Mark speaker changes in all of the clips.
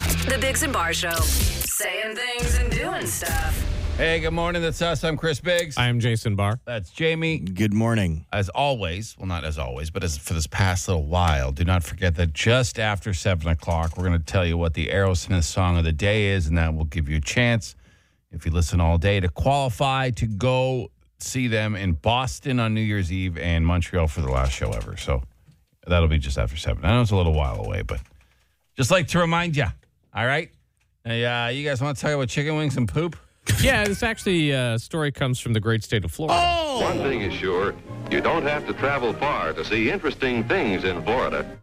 Speaker 1: The Bigs and Bar Show. Saying things and doing stuff.
Speaker 2: Hey, good morning. That's us. I'm Chris Biggs.
Speaker 3: I am Jason Barr.
Speaker 2: That's Jamie.
Speaker 4: Good morning.
Speaker 2: As always, well, not as always, but as for this past little while, do not forget that just after seven o'clock, we're going to tell you what the Aerosmith song of the day is, and that will give you a chance, if you listen all day, to qualify to go see them in Boston on New Year's Eve and Montreal for the last show ever. So that'll be just after seven. I know it's a little while away, but just like to remind you. All right, Hey, uh, you guys want to talk about chicken wings and poop?
Speaker 3: yeah, this actually uh, story comes from the great state of Florida.
Speaker 5: One thing is sure, you don't have to travel far to see interesting things in Florida.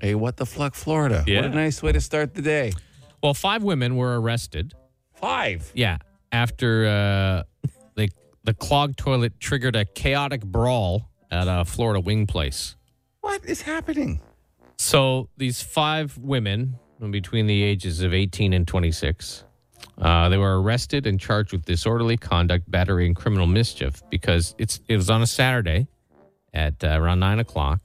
Speaker 2: Hey, what the fuck, Florida?
Speaker 3: Yeah.
Speaker 2: What a nice way to start the day.
Speaker 3: Well, five women were arrested.
Speaker 2: Five.
Speaker 3: Yeah, after uh, they, the clogged toilet triggered a chaotic brawl at a Florida wing place.
Speaker 2: What is happening?
Speaker 3: So these five women, between the ages of 18 and 26, uh, they were arrested and charged with disorderly conduct, battery, and criminal mischief because it's it was on a Saturday at uh, around nine o'clock,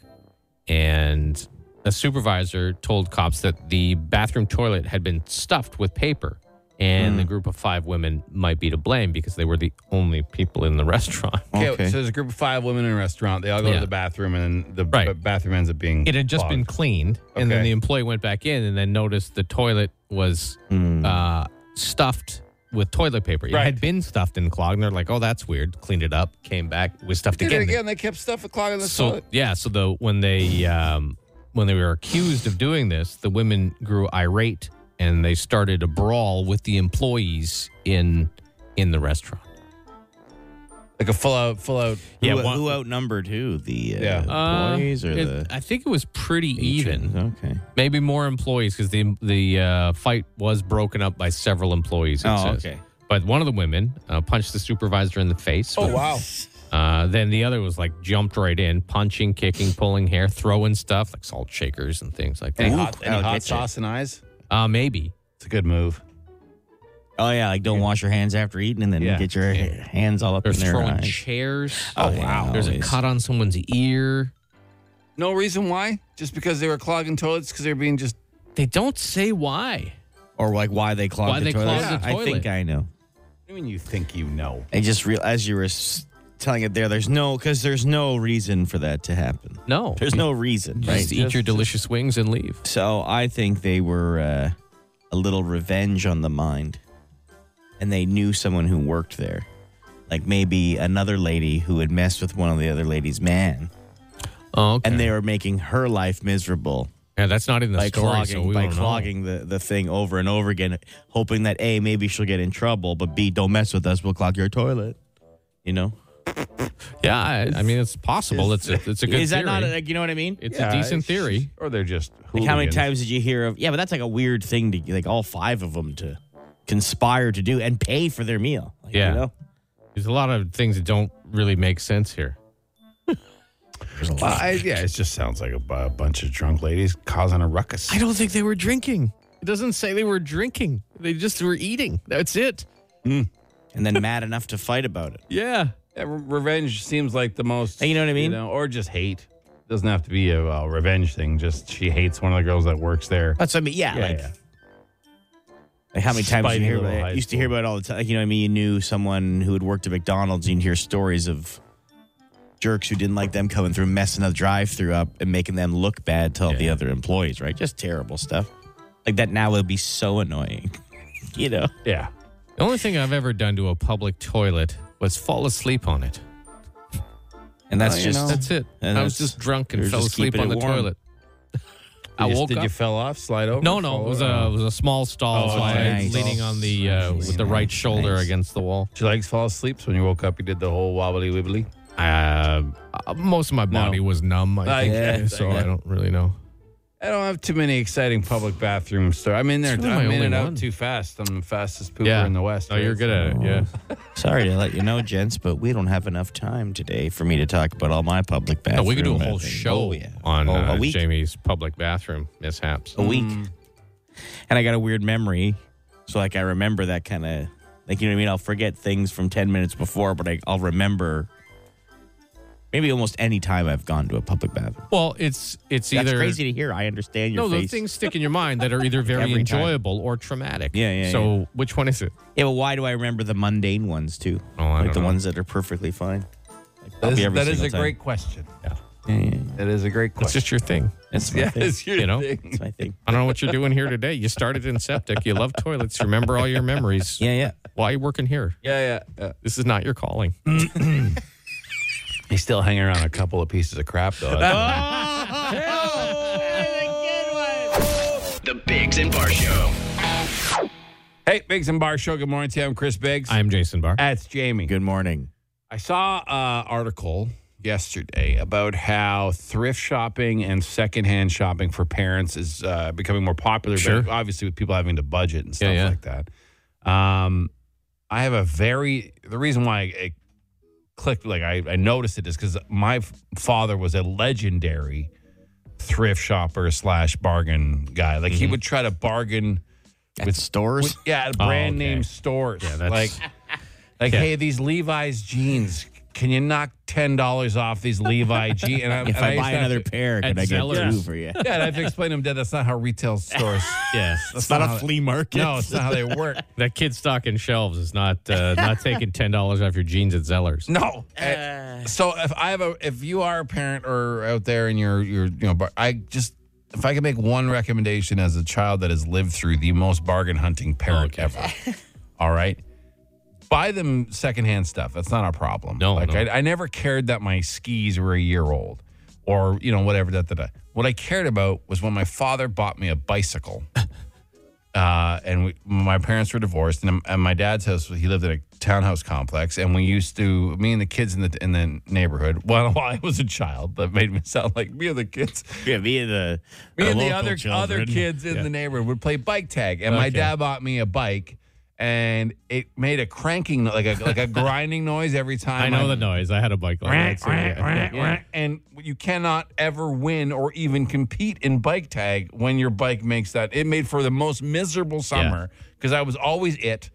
Speaker 3: and a supervisor told cops that the bathroom toilet had been stuffed with paper, and the group of five women might be to blame because they were the only people in the restaurant.
Speaker 2: Okay,
Speaker 4: Okay.
Speaker 2: so there's a group of five women in a restaurant. They all go
Speaker 3: Yeah.
Speaker 2: to the bathroom, and then the b-
Speaker 3: Right.
Speaker 2: bathroom ends up being.
Speaker 3: It had just been
Speaker 2: clogged.
Speaker 3: cleaned, and then
Speaker 2: Okay.
Speaker 3: the employee went back in and then noticed the toilet was uh, stuffed with toilet paper. It
Speaker 2: Hmm. Right.
Speaker 3: had been stuffed and clogged, and they're like, "Oh, that's weird." Cleaned it up, came back, it was stuffed
Speaker 2: Did
Speaker 3: again.
Speaker 2: it again. They kept stuff clogging the
Speaker 3: So
Speaker 2: toilet.
Speaker 3: yeah, so the when they um, when they were accused of doing this, the women grew irate and they started a brawl with the employees in in the restaurant.
Speaker 2: Like a full out, full out.
Speaker 3: Yeah,
Speaker 4: who,
Speaker 3: one-
Speaker 4: who outnumbered who? The uh,
Speaker 2: Yeah.
Speaker 3: Uh,
Speaker 4: employees or
Speaker 3: it-
Speaker 4: the
Speaker 3: I think it was pretty even.
Speaker 4: Okay.
Speaker 3: Maybe more employees because the the uh, fight was broken up by several employees. it
Speaker 4: Oh,
Speaker 3: says.
Speaker 4: okay.
Speaker 3: But one of the women uh, punched the supervisor in the face.
Speaker 2: Oh wow!
Speaker 3: Uh, then the other was like jumped right in, punching, kicking, pulling hair, throwing stuff like salt shakers and things like
Speaker 2: Any
Speaker 3: that.
Speaker 2: hot, any
Speaker 4: I'll
Speaker 2: hot
Speaker 4: get you.
Speaker 2: sauce and eyes?
Speaker 3: Uh, maybe.
Speaker 2: It's a good move.
Speaker 4: Oh yeah, like don't wash your hands after eating and then
Speaker 2: Yeah.
Speaker 4: get your ha- hands all up
Speaker 3: They're
Speaker 4: in their
Speaker 3: throwing
Speaker 4: eyes.
Speaker 3: chairs.
Speaker 4: Oh, wow.
Speaker 3: There's a
Speaker 4: Always.
Speaker 3: cut on someone's ear.
Speaker 2: No reason why? Just because they were clogging toilets? Because they were being just
Speaker 3: They don't say why.
Speaker 4: or like why they clogged
Speaker 3: Why
Speaker 4: the
Speaker 3: they
Speaker 4: toilet.
Speaker 3: clogged the
Speaker 4: I think
Speaker 3: toilet.
Speaker 4: I know.
Speaker 2: I mean, you think you know.
Speaker 4: I just real as you were s- telling it there. There's no because there's no reason for that to happen.
Speaker 3: No.
Speaker 4: There's no reason,
Speaker 3: Just
Speaker 4: right?
Speaker 3: eat your delicious wings and leave.
Speaker 4: So I think they were uh, a little revenge on the mind, and they knew someone who worked there, like maybe another lady who had messed with one of the other ladies' man,
Speaker 3: Oh, okay.
Speaker 4: and they were making her life miserable
Speaker 3: yeah, that's not in the
Speaker 4: by
Speaker 3: story, so
Speaker 4: clogging
Speaker 3: we
Speaker 4: by
Speaker 3: won't know.
Speaker 4: clogging the, the thing over and over again, hoping that a maybe she'll get in trouble, but b don't mess with us, we'll clog your toilet. You know,
Speaker 3: Yeah, I, I mean it's possible. It's a, it's a good
Speaker 4: is that not
Speaker 3: theory.
Speaker 4: like you know what I mean?
Speaker 3: It's
Speaker 2: Yeah,
Speaker 3: a decent
Speaker 2: it's-
Speaker 3: theory.
Speaker 2: Or they're just
Speaker 4: Like how many
Speaker 2: hooligans.
Speaker 4: times did you hear of? Yeah, but that's like a weird thing to like all five of them to conspire to do and pay for their meal. Like,
Speaker 3: Yeah.
Speaker 4: you know?
Speaker 3: There's a lot of things that don't really make sense here.
Speaker 4: There's a lot.
Speaker 2: Well, I, yeah, it just sounds like a, bu- a bunch of drunk ladies causing a ruckus.
Speaker 3: don't think they were drinking. It doesn't say they were drinking. They just were eating. That's it.
Speaker 4: and then mad enough to fight about it.
Speaker 3: Yeah.
Speaker 2: Yeah, re- revenge seems like the most.
Speaker 4: You know what I mean?
Speaker 2: or just hate. Doesn't have to be a uh, revenge thing. Just she hates one of the girls that works there.
Speaker 4: That's what I mean. Yeah,
Speaker 2: Yeah,
Speaker 4: like,
Speaker 2: yeah.
Speaker 4: like how many times
Speaker 2: Spidey
Speaker 4: you hear
Speaker 2: little
Speaker 4: about
Speaker 2: high
Speaker 4: it? Used to hear
Speaker 2: school.
Speaker 4: about it all the time. Like, you know what I mean? You knew someone who had worked at McDonald's. You'd hear stories of jerks who didn't like them coming through, messing the drive-through up, and making them look bad to all the other employees. Right? Just terrible stuff. Like that now would be so annoying. you know.
Speaker 2: yeah.
Speaker 3: The only thing I've ever done to a public toilet was fall asleep on it.
Speaker 4: And that's
Speaker 2: Well, you
Speaker 4: just
Speaker 2: know.
Speaker 3: That's it.
Speaker 4: And
Speaker 3: I was
Speaker 4: that's-
Speaker 3: just drunk and
Speaker 4: Uh, you're
Speaker 3: fell
Speaker 4: just
Speaker 3: asleep
Speaker 4: keeping
Speaker 3: on the
Speaker 4: it warm.
Speaker 3: toilet. I
Speaker 2: You just-
Speaker 3: woke
Speaker 2: did
Speaker 3: up.
Speaker 2: you fell off? Slide over?
Speaker 3: no, no,
Speaker 2: fall
Speaker 3: it was uh,
Speaker 2: over?
Speaker 3: a it was a small stall,
Speaker 2: Oh,
Speaker 3: so I
Speaker 4: nice.
Speaker 3: was leaning on the uh,
Speaker 4: Nice,
Speaker 3: with the right
Speaker 4: nice,
Speaker 3: shoulder
Speaker 4: nice.
Speaker 3: against the wall.
Speaker 2: Did your legs fall asleep? So when you woke up, you did the whole wobbly wibbly.
Speaker 3: Uh, uh, most of my body was numb,
Speaker 2: I
Speaker 3: I think,
Speaker 2: guess, I
Speaker 3: so I
Speaker 2: guess.
Speaker 3: don't really know.
Speaker 2: I don't have too many exciting public bathroom stories. I'm in there.
Speaker 3: It's really
Speaker 2: I'm
Speaker 3: my
Speaker 2: in and
Speaker 3: only
Speaker 2: out
Speaker 3: one.
Speaker 2: too fast. I'm the fastest pooper
Speaker 3: Yeah.
Speaker 2: in the West.
Speaker 3: No, you're
Speaker 2: right? Oh.
Speaker 3: good at it. Yeah.
Speaker 4: Sorry to let you know, gents, but we don't have enough time today for me to talk about all my public
Speaker 3: No,
Speaker 4: bathroom.
Speaker 3: we could do a whole
Speaker 4: thing.
Speaker 3: show
Speaker 4: Oh, yeah.
Speaker 3: on
Speaker 4: Oh,
Speaker 3: uh,
Speaker 4: a week.
Speaker 3: Jamie's public bathroom mishaps.
Speaker 4: A week. And I got a weird memory, so like I remember that kind of, like you know what I mean. I'll forget things from ten minutes before, but I, I'll remember. I Maybe almost any time I've gone to a public bathroom.
Speaker 3: Well, it's it's
Speaker 4: That's
Speaker 3: either
Speaker 4: crazy to hear. I understand your
Speaker 3: no,
Speaker 4: face.
Speaker 3: those things stick in your mind that are either very
Speaker 4: Every time.
Speaker 3: enjoyable or traumatic.
Speaker 4: Yeah, yeah,
Speaker 3: So which one is it?
Speaker 4: Yeah, but why do I remember the mundane ones too?
Speaker 3: Oh, I
Speaker 4: like
Speaker 3: don't
Speaker 4: the
Speaker 3: know.
Speaker 4: ones that are perfectly fine. Like,
Speaker 2: That is,
Speaker 4: probably every
Speaker 2: that is
Speaker 4: single
Speaker 2: a
Speaker 4: time.
Speaker 2: great question.
Speaker 4: Yeah, yeah, yeah.
Speaker 2: That is a great
Speaker 3: It's
Speaker 2: question.
Speaker 3: just your thing.
Speaker 4: That's my
Speaker 2: Yeah,
Speaker 4: thing.
Speaker 2: it's your
Speaker 3: you know?
Speaker 2: thing.
Speaker 4: That's my thing.
Speaker 3: I don't know what you're doing here today. You started in septic. You love toilets. You remember all your memories.
Speaker 4: Yeah, yeah.
Speaker 3: Why are you working here?
Speaker 2: Yeah, yeah. yeah.
Speaker 3: This is not your calling.
Speaker 2: He's still hanging around a couple of pieces of crap, though. Oh!
Speaker 6: The Bigs and Bar Show.
Speaker 2: hey, Biggs and Bar Show. Good morning to you. I'm Chris Biggs.
Speaker 3: I'm Jason Barr.
Speaker 2: That's Jamie.
Speaker 4: Good morning.
Speaker 2: I saw an article yesterday about how thrift shopping and secondhand shopping for parents is uh, becoming more popular,
Speaker 3: Sure.
Speaker 2: but obviously with people having to budget and stuff
Speaker 3: Yeah, yeah.
Speaker 2: like that. Um, I have a very, the reason why it clicked, like I, I noticed it is because my f- father was a legendary thrift shopper slash bargain guy. Like
Speaker 3: Mm-hmm.
Speaker 2: he would try to bargain
Speaker 4: With stores,
Speaker 2: with- yeah, at
Speaker 3: Oh,
Speaker 2: brand
Speaker 3: okay.
Speaker 2: name stores. Yeah,
Speaker 3: that's-
Speaker 2: like, like,
Speaker 3: Yeah.
Speaker 2: hey, these Levi's jeans. Can you knock ten dollars off these Levi jeans? And I,
Speaker 4: if
Speaker 2: and
Speaker 4: I,
Speaker 2: used
Speaker 4: buy
Speaker 2: to have
Speaker 4: another
Speaker 2: to-
Speaker 4: pair,
Speaker 3: at
Speaker 4: can I get
Speaker 3: Zellers.
Speaker 4: two for you?
Speaker 2: yeah, and I have to explain to him, Dad, that's not how retail stores.
Speaker 3: yeah.
Speaker 4: It's not a
Speaker 2: how-
Speaker 4: flea market.
Speaker 2: No, it's not how they work.
Speaker 3: That kid stocking shelves is not uh, not taking ten dollars off your jeans at Zellers.
Speaker 2: No.
Speaker 4: Uh.
Speaker 2: so if I have a, if you are a parent or out there and you're you're you know, bar- I just if I can make one recommendation as a child that has lived through the most bargain hunting parent ever, all right. Buy them secondhand stuff. That's not our problem.
Speaker 3: No,
Speaker 2: like
Speaker 3: no.
Speaker 2: I, I never cared that my skis were a year old, or you know whatever. Da, da, da. What I cared about was when my father bought me a bicycle uh, and we, my parents were divorced. And at my dad's house, he lived in a townhouse complex, and we used to me and the kids in the in the neighborhood. Well, while I was a child, that made me sound like me and the kids,
Speaker 4: Yeah, me and the,
Speaker 2: me and the
Speaker 4: local
Speaker 2: other other
Speaker 4: children.
Speaker 2: kids in the neighborhood would play bike tag. And my
Speaker 3: Okay.
Speaker 2: dad bought me a bike, and it made a cranking like a like a grinding noise every time.
Speaker 3: I know
Speaker 2: my-
Speaker 3: the noise. I had a bike like that. so yeah.
Speaker 2: and you cannot ever win or even compete in bike tag when your bike makes that. It made for the most miserable summer because I was always it,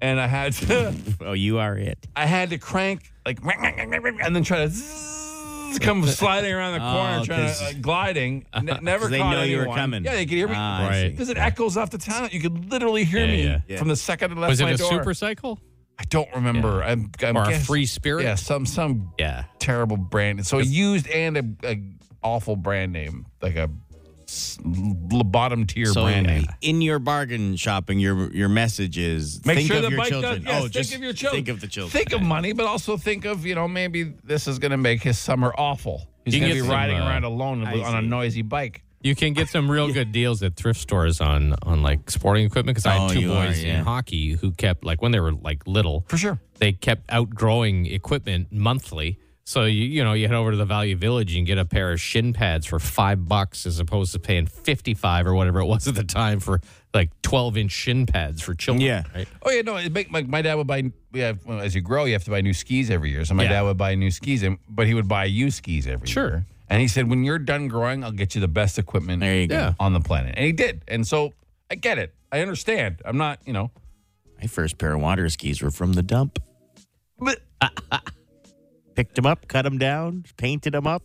Speaker 2: and I had to,
Speaker 4: Oh, you are it.
Speaker 2: I had to crank like and then try to zzzz, come sliding around the corner,
Speaker 4: Oh,
Speaker 2: trying
Speaker 4: 'cause-
Speaker 2: to like, gliding. N- never
Speaker 4: 'Cause they
Speaker 2: caught
Speaker 4: know you were
Speaker 2: anyone.
Speaker 4: coming.
Speaker 2: Yeah, they could hear me.
Speaker 4: Ah, I
Speaker 3: Right. see.
Speaker 2: Because it echoes off the town. You could literally hear
Speaker 3: Yeah,
Speaker 2: me
Speaker 3: yeah.
Speaker 4: Yeah.
Speaker 2: from the second I left
Speaker 3: Was it
Speaker 2: my
Speaker 3: a
Speaker 2: door.
Speaker 3: supercycle?
Speaker 2: I don't remember. I'm, I'm
Speaker 3: Or a
Speaker 2: guess-
Speaker 3: free spirit?
Speaker 2: Yeah, some some
Speaker 3: Yeah.
Speaker 2: terrible brand. So a used and a, a awful brand name, like a s- l- bottom tier
Speaker 4: So
Speaker 2: brand name.
Speaker 4: in your bargain shopping, your your message is
Speaker 2: Make
Speaker 4: think
Speaker 2: sure
Speaker 4: of
Speaker 2: the
Speaker 4: your
Speaker 2: bike does.
Speaker 4: children.
Speaker 2: Yes,
Speaker 4: oh,
Speaker 2: think
Speaker 4: just
Speaker 2: of your children.
Speaker 4: Think of the children.
Speaker 2: Think of money, but also think of you know maybe this is going to make his summer awful. He's
Speaker 3: You can
Speaker 2: going to
Speaker 3: get
Speaker 2: be
Speaker 3: some,
Speaker 2: riding
Speaker 3: uh,
Speaker 2: around alone
Speaker 4: I
Speaker 2: on a
Speaker 4: see.
Speaker 2: noisy bike.
Speaker 3: You can get some real good deals at thrift stores on on like sporting equipment because I had
Speaker 4: Oh,
Speaker 3: two
Speaker 4: you are,
Speaker 3: boys
Speaker 4: yeah.
Speaker 3: in hockey who kept like when they were like little
Speaker 2: For sure.
Speaker 3: they kept outgrowing equipment monthly. So you you know you head over to the Value Village and get a pair of shin pads for five bucks as opposed to paying fifty five or whatever it was at the time for like twelve inch shin pads for children.
Speaker 4: Yeah.
Speaker 3: right?
Speaker 2: Oh yeah, no. It make, my, my dad would buy. Yeah, well, as you grow, you have to buy new skis every year. So my
Speaker 3: Yeah.
Speaker 2: dad would buy new skis, and but he would buy you skis every year.
Speaker 3: Sure.
Speaker 2: And he said, when you're done growing, I'll get you the best equipment
Speaker 4: There you go. Yeah.
Speaker 2: on the planet. And he did. And so I get it. I understand. I'm not, you know,
Speaker 4: My first pair of water skis were from the dump.
Speaker 2: but
Speaker 4: Picked them up, cut them down, painted them up.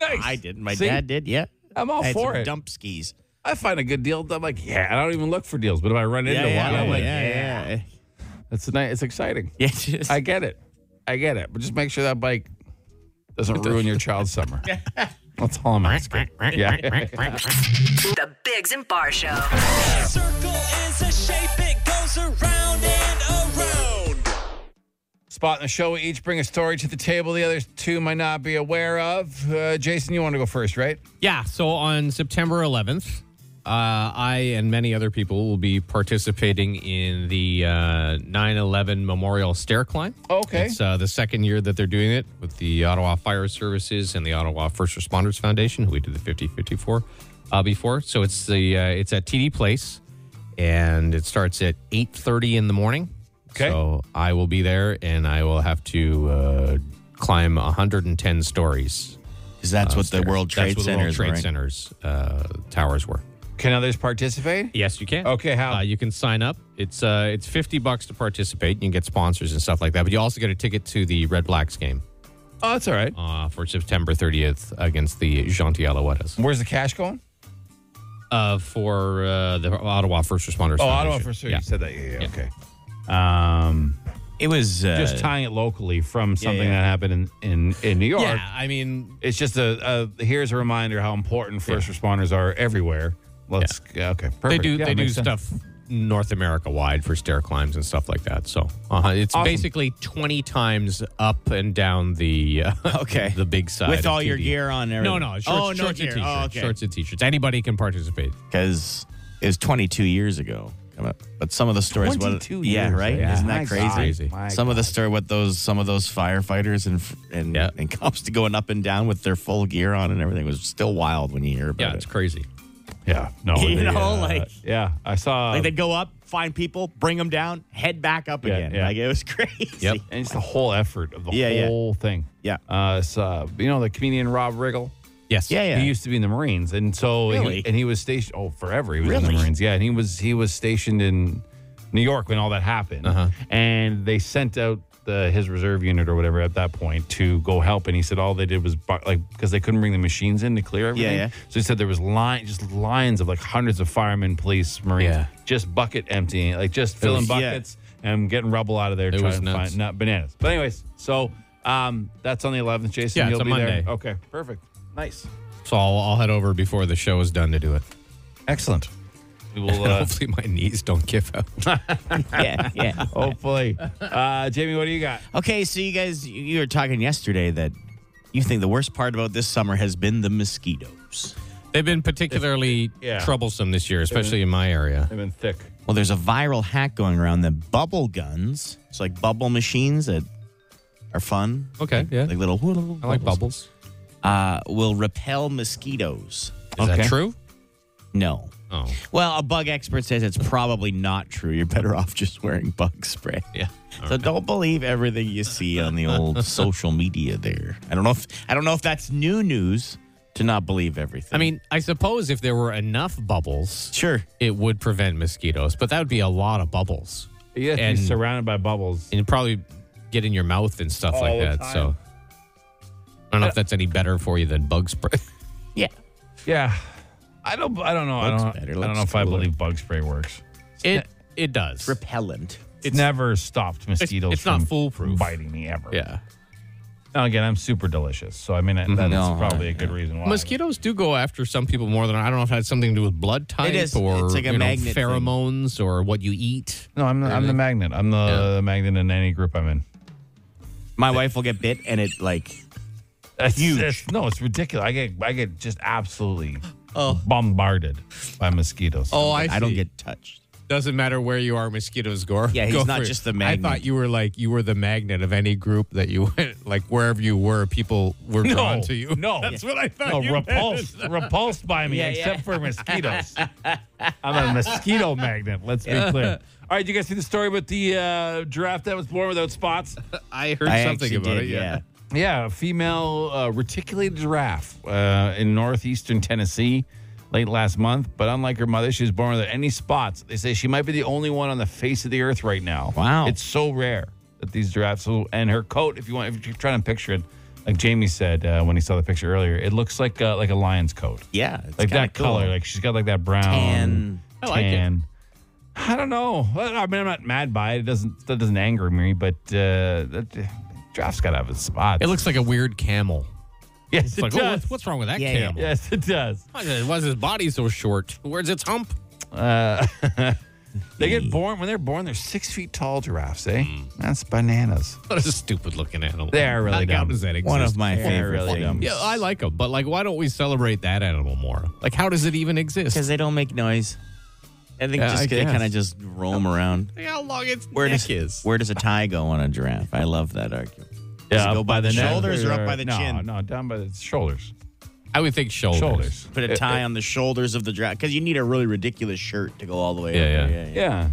Speaker 2: nice.
Speaker 4: I did. My
Speaker 2: See?
Speaker 4: dad did. Yeah.
Speaker 2: I'm all
Speaker 4: I had
Speaker 2: for
Speaker 4: some
Speaker 2: it.
Speaker 4: Dump skis.
Speaker 2: I find a good deal. I'm like, yeah, I don't even look for deals. But if I run into one, I'm like, yeah,
Speaker 4: yeah, yeah.
Speaker 2: that's nice. It's exciting.
Speaker 4: Yeah, just-
Speaker 2: I get it. I get it. But just make sure that bike doesn't ruin your child's summer. That's all I'm asking. Yeah.
Speaker 1: The Bigs and Bar Show.
Speaker 7: circle is a shape, it goes around and around.
Speaker 2: Spot in the show. We each bring a story to the table. The other two might not be aware of. Uh, Jason, you want to go first, right?
Speaker 3: Yeah. So on September 11th, uh, I and many other people will be participating in the uh, 9/11 Memorial Stair Climb.
Speaker 2: Okay.
Speaker 3: It's uh, the second year that they're doing it with the Ottawa Fire Services and the Ottawa First Responders Foundation, who we did the 5054 uh, before. So it's the uh, it's at TD Place, and it starts at 8:30 in the morning.
Speaker 2: Okay.
Speaker 3: So I will be there, and I will have to uh, climb 110 stories.
Speaker 4: Because that's what the
Speaker 3: upstairs.
Speaker 4: World
Speaker 3: That's
Speaker 4: Trade
Speaker 3: where the
Speaker 4: Center
Speaker 3: World
Speaker 4: is.
Speaker 3: Trade
Speaker 4: right?
Speaker 3: Center's uh, towers were.
Speaker 2: Can others participate?
Speaker 3: Yes, you can.
Speaker 2: Okay, how?
Speaker 3: Uh, you can sign up. It's uh, it's fifty bucks to participate. You can get sponsors and stuff like that. But you also get a ticket to the Red Blacks game
Speaker 2: Oh, that's all right.
Speaker 3: uh, for September 30th against the Gentil Alouettes
Speaker 2: Where's the cash going?
Speaker 3: uh, for uh, the Ottawa First Responders.
Speaker 2: Oh, Ottawa
Speaker 3: Foundation.
Speaker 2: for sure.
Speaker 3: Yeah.
Speaker 2: You said that. Yeah, yeah,
Speaker 3: Yeah.
Speaker 2: Okay. Um,
Speaker 4: It was uh,
Speaker 2: just tying it locally from something
Speaker 4: yeah.
Speaker 2: that happened in, in, in New York.
Speaker 3: Yeah, I mean,
Speaker 2: It's just a, a here's a reminder how important first responders are everywhere. Let's yeah, okay. Perfect.
Speaker 3: they do
Speaker 2: Yeah,
Speaker 3: they do
Speaker 2: makes sense.
Speaker 3: stuff North America wide for stair climbs and stuff like that. So uh it's
Speaker 2: Awesome.
Speaker 3: basically 20 times up and down the uh,
Speaker 4: Okay.
Speaker 3: the big side
Speaker 4: with
Speaker 3: of
Speaker 4: all your
Speaker 3: TD.
Speaker 4: gear on. and
Speaker 3: No,
Speaker 4: Everything.
Speaker 3: no, shorts,
Speaker 4: oh, no
Speaker 3: shorts and
Speaker 4: gear.
Speaker 3: t-shirts.
Speaker 4: Oh, okay.
Speaker 3: Shorts and t-shirts. Anybody can participate.
Speaker 4: because it was 22 years ago. But some of the stories, what,
Speaker 2: 22
Speaker 4: yeah,
Speaker 2: years
Speaker 4: right?
Speaker 2: ago.
Speaker 4: Isn't
Speaker 2: My
Speaker 4: that crazy?
Speaker 3: crazy. My
Speaker 4: Some of the story, what those, some of those firefighters and and,
Speaker 3: Yeah.
Speaker 4: and cops going up and down with their full gear on and everything was still wild when you hear about
Speaker 3: Yeah,
Speaker 4: it.
Speaker 3: it's crazy.
Speaker 2: Yeah. No.
Speaker 4: You
Speaker 2: they,
Speaker 4: know,
Speaker 2: uh,
Speaker 4: like-
Speaker 2: yeah, I saw
Speaker 4: Like they'd go up, find people, bring them down, head back up
Speaker 2: Yeah,
Speaker 4: again.
Speaker 2: yeah.
Speaker 4: Like it was crazy.
Speaker 3: Yep.
Speaker 2: and it's the whole effort of the
Speaker 4: Yeah, yeah.
Speaker 2: whole thing.
Speaker 4: Yeah.
Speaker 2: Uh, it's, uh, you know the comedian Rob Riggle.
Speaker 3: Yes.
Speaker 4: Yeah, yeah.
Speaker 2: He used to be in the Marines, and so he-
Speaker 4: Really?
Speaker 2: and he was stationed. Oh, forever he was in
Speaker 4: Really?
Speaker 2: the Marines. Yeah, and he was he was stationed in New York when all that happened, and they sent out the his reserve unit or whatever at that point to go help. And he said all they did was bu- like because they couldn't bring the machines in to clear everything.
Speaker 4: yeah.
Speaker 2: So he said there was line just lines of like hundreds of firemen, police, Marines,
Speaker 3: Yeah.
Speaker 2: just bucket emptying, like just filling
Speaker 4: was- yeah.
Speaker 2: buckets and getting rubble out of there.
Speaker 3: It
Speaker 2: trying
Speaker 3: was
Speaker 2: to
Speaker 3: nuts.
Speaker 2: find not bananas. But anyways, so. Um, that's on the 11th, Jason.
Speaker 3: Yeah, it's
Speaker 2: You'll
Speaker 3: a
Speaker 2: be
Speaker 3: Monday.
Speaker 2: there. Okay, perfect. Nice.
Speaker 3: So I'll, I'll head over before the show is done to do it.
Speaker 2: Excellent. We will
Speaker 3: And
Speaker 2: uh,
Speaker 3: hopefully my knees don't give out.
Speaker 4: yeah, yeah. Oh.
Speaker 2: hopefully. Uh, Jamie, what do you got?
Speaker 4: Okay, so you guys, you- you were talking yesterday that you think the worst part about this summer has been the mosquitoes.
Speaker 3: They've been particularly
Speaker 2: Yeah.
Speaker 3: troublesome this year, especially in my area.
Speaker 2: I've been thick.
Speaker 4: Well, there's a viral hack going around that bubble guns. It's like bubble machines that are fun.
Speaker 3: Okay, yeah.
Speaker 4: Like little.
Speaker 3: I like bubbles.
Speaker 4: Uh, will repel mosquitoes.
Speaker 3: Is
Speaker 2: Okay.
Speaker 3: that true?
Speaker 4: No.
Speaker 3: Oh,
Speaker 4: Well, a bug expert says it's probably not true. You're better off just wearing bug spray.
Speaker 3: yeah.
Speaker 4: So don't believe everything you see on the old social media there. I don't know if I don't know if that's new news to not believe everything.
Speaker 3: I mean, I suppose if there were enough bubbles,
Speaker 4: sure.
Speaker 3: it would prevent mosquitoes, but that would be a lot of bubbles.
Speaker 2: You have to be
Speaker 3: And-
Speaker 2: surrounded by bubbles.
Speaker 3: And it'd probably get in your mouth and stuff like
Speaker 2: All the
Speaker 3: that.
Speaker 2: time.
Speaker 3: So I don't know if that's any better for you than bug spray.
Speaker 4: Yeah.
Speaker 2: Yeah. I don't. I don't know. I
Speaker 4: Looks
Speaker 2: don't.
Speaker 4: better,
Speaker 2: I don't know
Speaker 4: looks
Speaker 2: if I
Speaker 4: cooler.
Speaker 2: believe bug spray works.
Speaker 3: It it does.
Speaker 4: Repellent.
Speaker 2: It's, never stopped mosquitoes.
Speaker 3: it's not
Speaker 2: from
Speaker 3: foolproof.
Speaker 2: Biting me ever.
Speaker 3: Yeah.
Speaker 2: Now again, I'm super delicious, so I mean that, that's
Speaker 4: No,
Speaker 2: probably a good reason why.
Speaker 3: Mosquitoes do go after some people more than I don't know if it had something to do with blood type
Speaker 4: is.
Speaker 3: or
Speaker 4: It's like a
Speaker 3: you know,
Speaker 4: magnet thing.
Speaker 3: pheromones or what you eat.
Speaker 2: No, I'm the, I'm the magnet. I'm the,
Speaker 3: Yeah.
Speaker 2: the magnet in any group I'm in.
Speaker 4: My wife will get bit and it like
Speaker 2: That's huge. no, it's ridiculous. I get I get just absolutely bombarded by mosquitoes.
Speaker 4: Oh, I don't get touched.
Speaker 3: Doesn't matter where you are, mosquitoes go.
Speaker 4: Yeah, he's
Speaker 3: go
Speaker 4: not
Speaker 3: for it.
Speaker 4: just the
Speaker 3: I
Speaker 4: magnet.
Speaker 3: thought you were like you were the magnet of any group that you went, like wherever you were, people were drawn to you.
Speaker 2: No,
Speaker 3: that's what I thought.
Speaker 2: No,
Speaker 3: you meant.
Speaker 2: repulsed, repulsed by me,
Speaker 4: Yeah,
Speaker 2: except
Speaker 4: yeah.
Speaker 2: for mosquitoes. I'm a mosquito magnet. Let's be clear. All right, you guys see the story about the uh, giraffe that was born without spots?
Speaker 3: I heard
Speaker 4: I
Speaker 3: something
Speaker 4: actually
Speaker 3: about
Speaker 4: did,
Speaker 3: it. Yeah.
Speaker 4: yeah.
Speaker 2: Yeah, a female uh, reticulated giraffe uh, in northeastern Tennessee late last month. But unlike her mother, she was born without any spots. They say she might be the only one on the face of the earth right now.
Speaker 4: Wow.
Speaker 2: It's so rare that these giraffes will, and her coat, if you want, if you're trying to picture it, like Jamie said uh, when he saw the picture earlier, it looks like uh, like a lion's coat.
Speaker 4: Yeah. It's
Speaker 2: like
Speaker 4: kinda
Speaker 2: that color.
Speaker 4: cool.
Speaker 2: Like um, she's got like that brown
Speaker 4: Tan.
Speaker 3: I like it.
Speaker 2: tan. I don't know. I I mean, I'm not mad by it. It doesn't that doesn't anger me, but uh, that uh, draft's got to have a spot.
Speaker 3: It looks like a weird camel.
Speaker 2: yes,
Speaker 3: It's like,
Speaker 2: it
Speaker 3: oh,
Speaker 2: does.
Speaker 3: what's, what's wrong with that
Speaker 4: Yeah, yeah.
Speaker 3: camel?
Speaker 2: yes, it does.
Speaker 3: Why, why is his body so short? Where's its hump?
Speaker 2: They get born when they're born. They're six feet tall giraffes. Eh?
Speaker 4: Mm.
Speaker 2: That's bananas.
Speaker 3: What a stupid looking animal.
Speaker 2: They are really
Speaker 3: like, How
Speaker 2: dumb.
Speaker 3: does that exist?
Speaker 4: One of my
Speaker 2: They're
Speaker 4: favorite
Speaker 2: really dumb.
Speaker 3: yeah, I like them, but like, why don't we celebrate that animal more? Like, how does it even exist?
Speaker 4: Because they don't make noise. I think
Speaker 3: Yeah,
Speaker 4: just,
Speaker 3: I
Speaker 4: they
Speaker 3: guess.
Speaker 4: kind of just roam around.
Speaker 3: Look how long its
Speaker 4: Where
Speaker 3: neck
Speaker 4: does
Speaker 3: is.
Speaker 4: where does a tie go on a giraffe? I love that argument. Does it go by the
Speaker 2: neck
Speaker 4: shoulders or up by the
Speaker 2: no,
Speaker 4: chin?
Speaker 2: No, down by the shoulders.
Speaker 3: I would think shoulders.
Speaker 2: Shoulders.
Speaker 4: Put a tie on the shoulders of the giraffe because you need a really ridiculous shirt to go all the way.
Speaker 3: Yeah,
Speaker 4: up there.
Speaker 3: yeah.
Speaker 2: Yeah,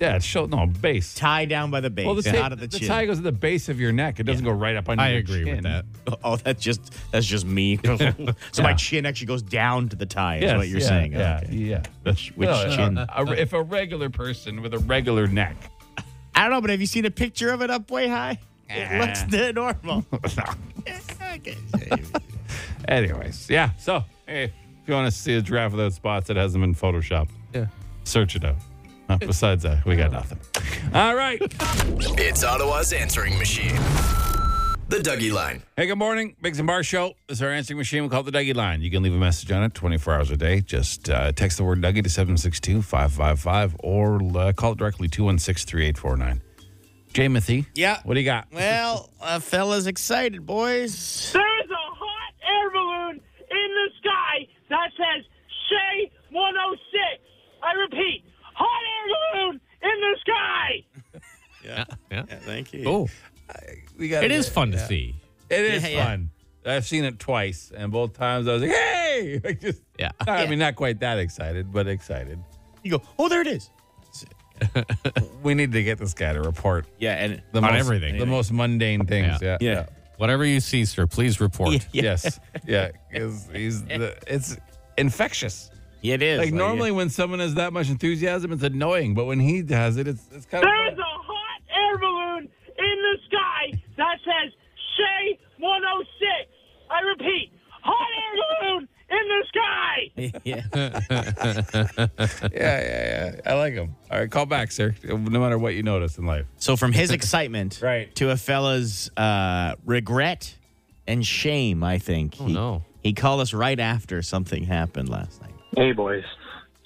Speaker 2: yeah. It's shoulder. No base.
Speaker 4: Tie down by the base,
Speaker 2: Well, the,
Speaker 4: not
Speaker 2: tie,
Speaker 4: at the,
Speaker 2: the
Speaker 4: chin.
Speaker 2: tie goes at the base of your neck. It doesn't go right up under
Speaker 3: I
Speaker 2: your
Speaker 3: agree with
Speaker 2: chin.
Speaker 3: that.
Speaker 4: Oh, that's just that's just me. so my chin actually goes down to the tie. Is
Speaker 2: Yes,
Speaker 4: what you're
Speaker 2: yeah,
Speaker 4: saying?
Speaker 2: Yeah,
Speaker 4: Okay.
Speaker 2: yeah.
Speaker 4: which chin?
Speaker 2: a- if a regular person with a regular neck.
Speaker 4: I don't know, but have you seen a picture of it up way high? It looks the normal.
Speaker 2: Anyways, yeah. So, hey, if you want to see a giraffe without spots that hasn't been photoshopped,
Speaker 3: Yeah.
Speaker 2: search it out. Uh, besides that, we got nothing. All right.
Speaker 6: It's Ottawa's answering machine. The Dougie Line.
Speaker 2: Hey, good morning. Biggs and Bar Show This is our answering machine. We call it the Dougie Line. You can leave a message on it 24 hours a day. Just uh, text the word Dougie to 762 555 or uh, call it directly 216 3849. Jay Mathy.
Speaker 4: Yeah.
Speaker 2: What do you got?
Speaker 4: well, uh, fella's excited, boys.
Speaker 8: There's a hot air balloon in the sky that says Shay 106. I repeat, hot air balloon in the sky.
Speaker 3: Yeah. yeah.
Speaker 4: Thank you.
Speaker 3: Oh,
Speaker 2: we got
Speaker 3: it is fun to see.
Speaker 2: It is
Speaker 4: Yeah, yeah.
Speaker 2: fun. I've seen it twice, and both times I was like, "Hey!" I just,
Speaker 3: Yeah.
Speaker 2: I mean, not quite that excited, but excited.
Speaker 4: You go, oh, there it is.
Speaker 2: We need to get this guy to report
Speaker 4: Yeah, and
Speaker 2: the
Speaker 3: On
Speaker 2: most,
Speaker 3: everything.
Speaker 2: the most mundane things. Yeah,
Speaker 3: Yeah.
Speaker 4: yeah.
Speaker 3: Whatever you see, sir, please report.
Speaker 4: Yeah.
Speaker 2: yes, yeah. 'cause he's the, it's infectious.
Speaker 4: It is.
Speaker 2: Like normally, when someone has that much enthusiasm, it's annoying. But when he has it, it's it's kind of.
Speaker 8: There's a hot air balloon in the sky that says Shay 106. I repeat, hot air balloon in the sky.
Speaker 4: yeah.
Speaker 2: Yeah, yeah, yeah. I like him. All right, call back, sir. No matter what you notice in life.
Speaker 4: So from his excitement
Speaker 2: Right.
Speaker 4: to a fella's uh, regret and shame, I think. Oh, he,
Speaker 3: no.
Speaker 4: He called us right after something happened last night.
Speaker 9: Hey, boys.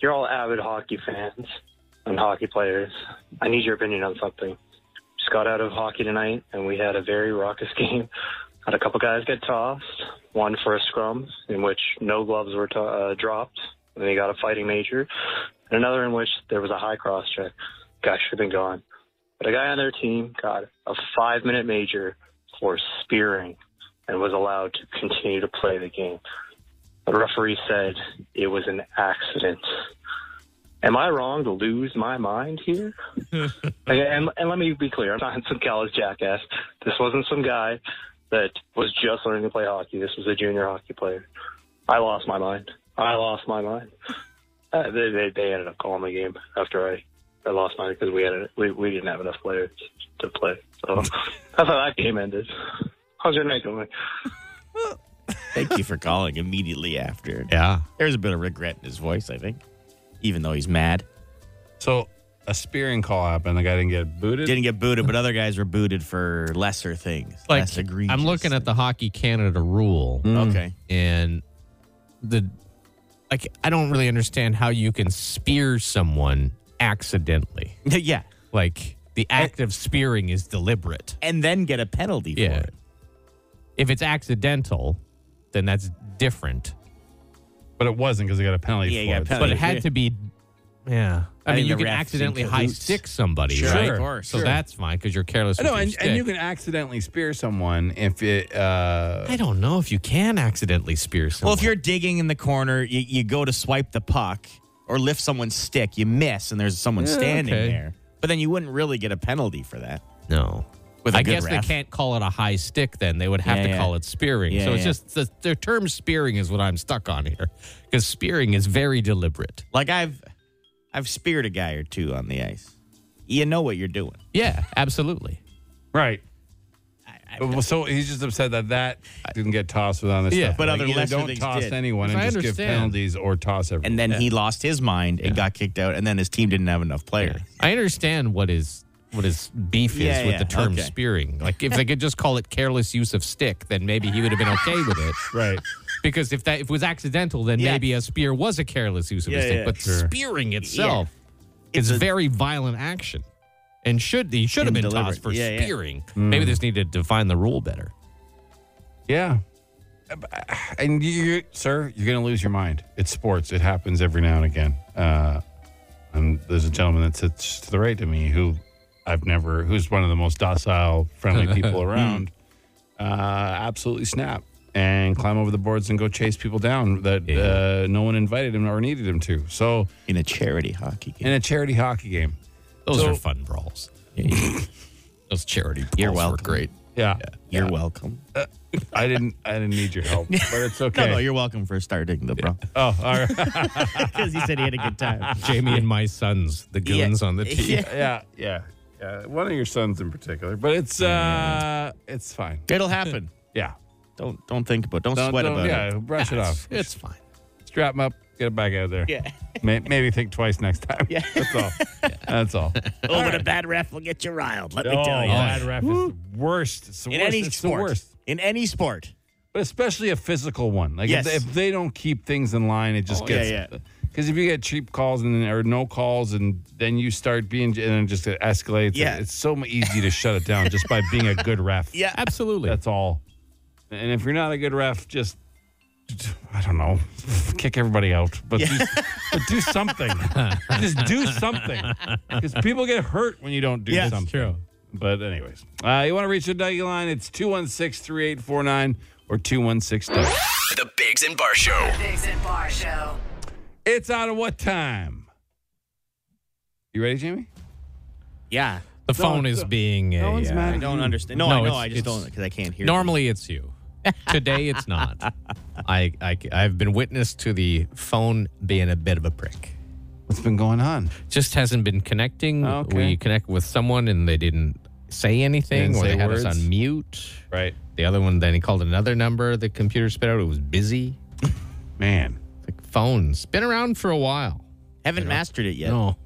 Speaker 9: You're all avid hockey fans and hockey players. I need your opinion on something. Just got out of hockey tonight, and we had a very raucous game. Had a couple guys get tossed, one for a scrum in which no gloves were to- uh, dropped, and they got a fighting major, and another in which there was a high cross check. Guy should have been gone. But a guy on their team got a five minute major for spearing and was allowed to continue to play the game. The referee said it was an accident. Am I wrong to lose my mind here? Like, and, and let me be clear, I'm not some college jackass. This wasn't some guy that was just learning to play hockey. This was a junior hockey player. I lost my mind. I lost my mind. Uh, they, they, they ended up calling the game after I, I lost mine because we had a, we, we didn't have enough players to play. So that's how that game ended. How's your night going?
Speaker 4: Thank you for calling immediately after.
Speaker 3: Yeah.
Speaker 4: There's a bit of regret in his voice, I think, even though he's mad.
Speaker 2: So a spearing call happened. The guy didn't get booted.
Speaker 4: Didn't get booted, but other guys were booted for lesser things.
Speaker 3: Like,
Speaker 4: less egregious. Mm.
Speaker 3: I'm looking at the Hockey Canada rule.
Speaker 4: Okay.
Speaker 3: and the like I don't really understand how you can spear someone accidentally.
Speaker 4: yeah.
Speaker 3: Like the act of spearing is deliberate.
Speaker 4: And then get a penalty
Speaker 3: Yeah.
Speaker 4: for it.
Speaker 3: If it's accidental, then that's different.
Speaker 2: but it wasn't because he got a penalty
Speaker 4: Yeah, he
Speaker 2: for
Speaker 4: got a
Speaker 2: it.
Speaker 4: penalty.
Speaker 3: But it had to be yeah. I,
Speaker 4: I
Speaker 3: mean,
Speaker 4: think
Speaker 3: you
Speaker 4: the
Speaker 3: can
Speaker 4: refs in
Speaker 3: accidentally high
Speaker 4: cahoots.
Speaker 3: stick somebody,
Speaker 2: Sure,
Speaker 3: right?
Speaker 2: of course.
Speaker 3: So
Speaker 2: Sure.
Speaker 3: that's fine because you're careless. with
Speaker 2: No,
Speaker 3: your
Speaker 2: and, and
Speaker 3: stick.
Speaker 2: you can accidentally spear someone if it. Uh,
Speaker 3: I don't know if you can accidentally spear someone.
Speaker 4: Well, if you're digging in the corner, you, you go to swipe the puck or lift someone's stick, you miss, and there's someone standing
Speaker 3: okay.
Speaker 4: there. But then you wouldn't really get a penalty for that.
Speaker 3: No.
Speaker 4: With a
Speaker 3: I
Speaker 4: good
Speaker 3: guess
Speaker 4: ref.
Speaker 3: they can't call it a high stick then. They would have
Speaker 4: Yeah,
Speaker 3: to
Speaker 4: yeah.
Speaker 3: call it spearing.
Speaker 4: Yeah,
Speaker 3: so it's
Speaker 4: yeah.
Speaker 3: just the, the term spearing is what I'm stuck on here because spearing is very deliberate.
Speaker 4: Like I've I've speared a guy or two on the ice. You know what you're doing.
Speaker 3: Yeah, absolutely.
Speaker 2: right. well, so he's just upset that that didn't get tossed with on this.
Speaker 3: Yeah,
Speaker 2: stuff.
Speaker 4: but other
Speaker 2: either
Speaker 4: lesser
Speaker 2: don't
Speaker 4: things
Speaker 2: toss
Speaker 4: did.
Speaker 2: anyone
Speaker 3: Yes,
Speaker 2: and
Speaker 3: I
Speaker 2: just give
Speaker 3: understand.
Speaker 2: penalties or toss everyone.
Speaker 4: And then he lost his mind and got kicked out, and then his team didn't have enough players.
Speaker 3: I understand what is what his beef is
Speaker 4: Yeah,
Speaker 3: with
Speaker 4: yeah,
Speaker 3: the term
Speaker 4: okay.
Speaker 3: spearing. Like if they could just call it careless use of stick, then maybe he would have been okay with it.
Speaker 2: right.
Speaker 3: Because if that if it was accidental, then
Speaker 4: Yeah.
Speaker 3: maybe a spear was a careless use of
Speaker 4: Yeah,
Speaker 3: a stick.
Speaker 4: yeah,
Speaker 3: but
Speaker 2: sure.
Speaker 3: spearing itself
Speaker 4: It's
Speaker 3: is
Speaker 4: a-
Speaker 3: very violent action, and should he should have been
Speaker 4: Indeliberate.
Speaker 3: tossed for
Speaker 4: Yeah, yeah.
Speaker 3: spearing.
Speaker 4: Mm.
Speaker 3: Maybe they just need to define the rule better.
Speaker 2: Yeah. And you, sir, you're going to lose your mind. It's sports. It happens every now and again. Uh, and there's a gentleman that sits to the right of me who I've never, who's one of the most docile, friendly people
Speaker 4: Hmm.
Speaker 2: around, uh, absolutely snap and climb over the boards and go chase people down that uh, no one invited him or needed him to. So,
Speaker 4: in a charity hockey game.
Speaker 2: in a charity hockey game.
Speaker 3: Those
Speaker 2: So-
Speaker 3: are fun brawls. Those charity brawls
Speaker 4: You're welcome.
Speaker 3: were great.
Speaker 2: Yeah.
Speaker 4: You're welcome.
Speaker 2: I didn't, I didn't need your help, but it's okay.
Speaker 4: No, no, you're welcome for starting the bro.
Speaker 2: oh, all right.
Speaker 4: Because he said he had a good time.
Speaker 3: Jamie and my sons, the goons on the team.
Speaker 2: yeah, yeah. Yeah, one of your sons in particular, but it's uh, it's fine.
Speaker 4: It'll happen.
Speaker 2: Yeah,
Speaker 4: don't don't think about. Don't,
Speaker 2: Don't-
Speaker 4: sweat
Speaker 2: don't-
Speaker 4: about
Speaker 2: yeah,
Speaker 4: it.
Speaker 2: brush it off.
Speaker 3: It's fine.
Speaker 2: Strap him up, get him back out of there.
Speaker 4: Yeah.
Speaker 2: May- maybe think twice next time. Yeah, that's all. That's all.
Speaker 4: Oh, but a bad ref will get you riled. Let me tell you.
Speaker 2: bad ref Oh, is the worst. It's the
Speaker 4: in
Speaker 2: worst.
Speaker 4: any
Speaker 2: it's
Speaker 4: sport.
Speaker 2: the worst.
Speaker 4: In any sport.
Speaker 2: but especially a physical one. Like
Speaker 4: Yes.
Speaker 2: if, if they don't keep things in line, it just
Speaker 4: Oh,
Speaker 2: gets.
Speaker 4: yeah, yeah.
Speaker 2: Because if you get cheap calls and or no calls, and then you start being and it just escalates.
Speaker 4: Yeah.
Speaker 2: it's so mu- easy to shut it down just by being a good ref.
Speaker 4: Yeah.
Speaker 3: Absolutely.
Speaker 2: that's all. And if you're not a good ref, just I don't know, kick everybody out. But, do, but do something. just do something because people get hurt when you don't do
Speaker 4: Yes,
Speaker 2: something.
Speaker 3: true.
Speaker 2: But anyways, uh, you want to reach the Dougie line? It's 216-3849 or 216
Speaker 6: The Bigs and Bar Show.
Speaker 1: Bigs and Bar Show.
Speaker 2: It's out of what time? You ready, Jamie?
Speaker 4: Yeah.
Speaker 3: the phone is being. uh,
Speaker 2: one's
Speaker 3: yeah.
Speaker 2: mad.
Speaker 4: I don't understand. Mm. No,
Speaker 3: No,
Speaker 4: I know.
Speaker 3: it's-
Speaker 4: I just
Speaker 3: it's
Speaker 4: don't because I can't hear.
Speaker 3: Normally it's you. Today it's not. I, I I've been witness to the phone being a bit of a prick.
Speaker 2: What's been going on?
Speaker 3: Just hasn't been connecting.
Speaker 2: Okay.
Speaker 3: We connect with someone and they didn't say anything,
Speaker 2: Didn't
Speaker 3: or
Speaker 2: say
Speaker 3: they had us
Speaker 2: words.
Speaker 3: on mute.
Speaker 2: Right,
Speaker 3: The other one then he called another number. The computer spit out. It was busy.
Speaker 2: man.
Speaker 3: Like phones been around for a while.
Speaker 4: Haven't mastered it yet.
Speaker 3: No,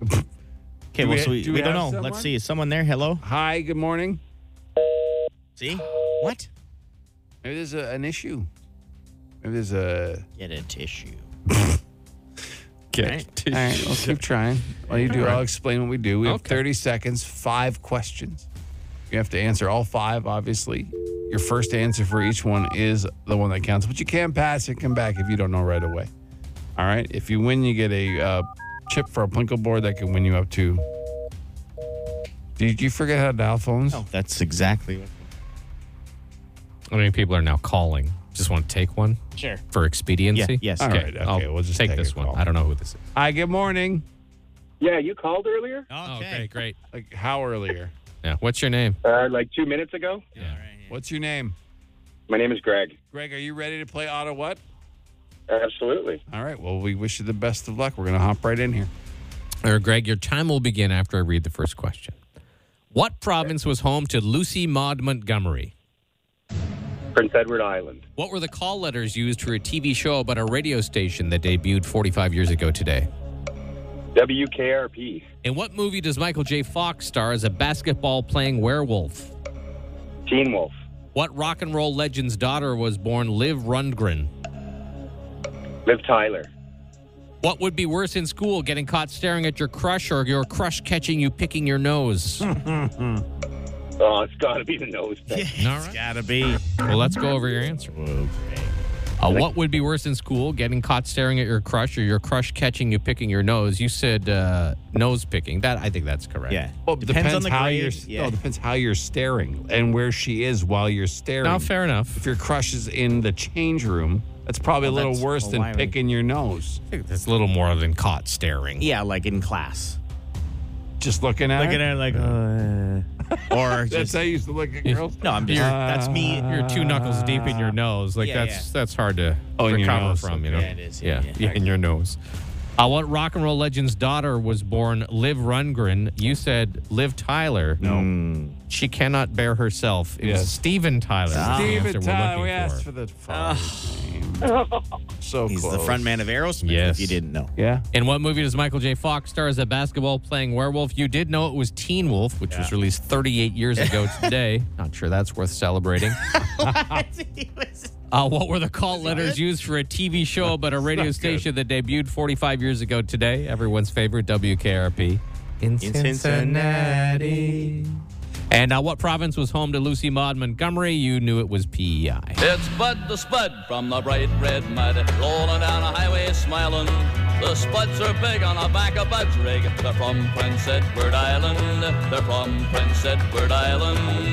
Speaker 4: Okay,
Speaker 2: Do
Speaker 4: well,
Speaker 2: we-
Speaker 4: so we,
Speaker 2: do
Speaker 4: we
Speaker 2: we
Speaker 4: don't know.
Speaker 2: have
Speaker 4: Let's
Speaker 2: someone?
Speaker 4: see. Is someone there? Hello?
Speaker 2: Hi, good morning.
Speaker 4: See? What?
Speaker 2: Maybe there's a, an issue. Maybe there's a.
Speaker 4: Get a tissue.
Speaker 2: All right, we'll keep trying. While you do, I'll explain what we do. We have
Speaker 3: Okay.
Speaker 2: 30 seconds, five questions. You have to answer all five, obviously. Your first answer for each one is the one that counts, but you can pass it, come back if you don't know right away. All right. If you win, you get a uh, chip for a Plinko board that can win you up to. Did you forget how to dial phones?
Speaker 4: Oh, that's exactly what.
Speaker 3: I mean people are now calling. Just want to take one
Speaker 4: Sure.
Speaker 3: for expediency.
Speaker 4: Yeah, yes.
Speaker 2: All
Speaker 3: Okay.
Speaker 2: right, okay,
Speaker 3: I'll
Speaker 2: we'll just
Speaker 3: take,
Speaker 2: take a
Speaker 3: this one.
Speaker 2: call.
Speaker 3: I don't know who this is.
Speaker 2: Hi, good morning.
Speaker 10: Yeah, you called earlier?
Speaker 3: Okay. Great.
Speaker 2: Like, how earlier?
Speaker 3: Yeah. What's your name?
Speaker 10: Uh, like two minutes ago?
Speaker 2: What's your name?
Speaker 10: My name is Greg.
Speaker 2: Greg, are you ready to play Auto What?
Speaker 10: Absolutely.
Speaker 2: All right. Well, we wish you the best of luck. We're going to hop right in here.
Speaker 3: Or Greg, your time will begin after I read the first question. What province was home to Lucy Maud Montgomery?
Speaker 10: Prince Edward Island.
Speaker 3: What were the call letters used for a TV show about a radio station that debuted 45 years ago today?
Speaker 10: WKRP.
Speaker 3: In what movie does Michael J. Fox star as a basketball playing werewolf?
Speaker 10: Teen Wolf.
Speaker 3: What rock and roll legend's daughter was born Liv Rundgren?
Speaker 10: Liv Tyler.
Speaker 3: What would be worse in school, getting caught staring at your crush or your crush catching you picking your nose? All
Speaker 10: Oh, it's got to be the nose thing.
Speaker 3: right.
Speaker 4: Gotta be.
Speaker 3: Well, let's go over your answer. Uh, what would be worse in school, getting caught staring at your crush or your crush catching you picking your nose? You said uh, nose picking. That I think that's correct.
Speaker 4: Yeah.
Speaker 2: Well, depends,
Speaker 4: on the
Speaker 2: how
Speaker 4: grade.
Speaker 2: you're.
Speaker 4: Yeah.
Speaker 2: No, depends how you're staring and where she is while you're staring.
Speaker 3: No, fair enough.
Speaker 2: If your crush is in the change room, that's probably
Speaker 4: Well,
Speaker 2: a little
Speaker 4: that's-
Speaker 2: worse
Speaker 4: well,
Speaker 2: than
Speaker 4: why would-
Speaker 2: picking your nose.
Speaker 3: It's a little more than caught staring.
Speaker 4: yeah, like in class.
Speaker 2: Just looking at her.
Speaker 4: her like, uh, or
Speaker 2: That's
Speaker 4: just.
Speaker 2: how you Ah. used to look at girls.
Speaker 4: No, I'm just. that's me.
Speaker 3: You're two knuckles deep in your nose. Like
Speaker 4: Yeah,
Speaker 3: that's that's hard to
Speaker 2: Oh, in your
Speaker 3: recover
Speaker 2: nose.
Speaker 3: from. You know.
Speaker 4: Yeah, it is. Yeah,
Speaker 3: yeah,
Speaker 4: yeah.
Speaker 3: in your nose. Uh, what rock and roll legend's daughter was born? Liv Rundgren. You said Liv Tyler. No. She cannot bear herself. It
Speaker 2: Yes.
Speaker 3: was Stephen Tyler. was the answer
Speaker 2: Steven
Speaker 3: we're
Speaker 2: Tyler,
Speaker 3: looking
Speaker 2: we
Speaker 3: for.
Speaker 2: asked for the father's name. So
Speaker 4: He's
Speaker 2: close.
Speaker 4: the front man of Aerosmith.
Speaker 3: Yes.
Speaker 4: If you didn't know.
Speaker 2: Yeah.
Speaker 3: In what movie does Michael J. Fox star as a basketball playing werewolf? You did know it was Teen Wolf, which was released 38 years ago today. Not sure that's worth celebrating. Uh, what were the call letters used for a TV show about a radio station that debuted 45 years ago today? Everyone's favorite WKRP. In,
Speaker 4: Cincinnati.
Speaker 3: And uh, what province was home to Lucy Maud Montgomery? You knew it was E PEI.
Speaker 7: It's Bud the Spud from the bright red mud, rolling down a highway smiling. The Spuds are big on the back of Bud's rig. They're from Prince Edward Island. They're from Prince Edward Island.
Speaker 4: You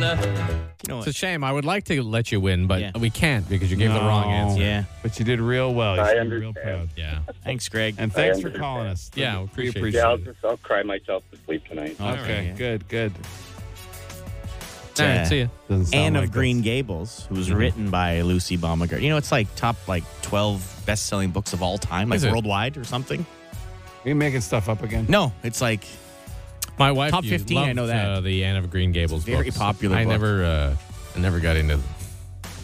Speaker 4: know
Speaker 3: It's a
Speaker 4: what?
Speaker 3: shame. I would like to let you win, but
Speaker 4: Yeah.
Speaker 3: we can't because you gave the wrong answer.
Speaker 4: Yeah.
Speaker 2: But you did real well. You
Speaker 10: I
Speaker 2: should be real proud.
Speaker 10: understand.
Speaker 3: Yeah.
Speaker 4: Thanks, Greg.
Speaker 2: And thanks for
Speaker 10: understand.
Speaker 2: calling us.
Speaker 3: Yeah, we appreciate it.
Speaker 2: appreciate
Speaker 10: Yeah, I'll
Speaker 2: it.
Speaker 10: just I'll cry myself to sleep tonight.
Speaker 4: All
Speaker 2: Okay,
Speaker 4: right, yeah.
Speaker 2: good, good.
Speaker 3: All right, see ya.
Speaker 2: Doesn't sound
Speaker 4: Anne
Speaker 2: like Mm-hmm.
Speaker 4: of Green
Speaker 2: that's-
Speaker 4: Gables, who was written by Lucy Baumgartner. You know, it's like top like twelve best selling books of all time, like
Speaker 3: Is it?
Speaker 4: worldwide or something.
Speaker 2: Are you making stuff up again?
Speaker 4: No, it's like
Speaker 3: My wife,
Speaker 4: Top
Speaker 3: you
Speaker 4: 15, I
Speaker 3: loved,
Speaker 4: know that.
Speaker 3: Uh, the Anne of Green Gables,
Speaker 4: It's a very
Speaker 3: books.
Speaker 4: popular
Speaker 3: I
Speaker 4: book.
Speaker 3: never, uh, I never got into,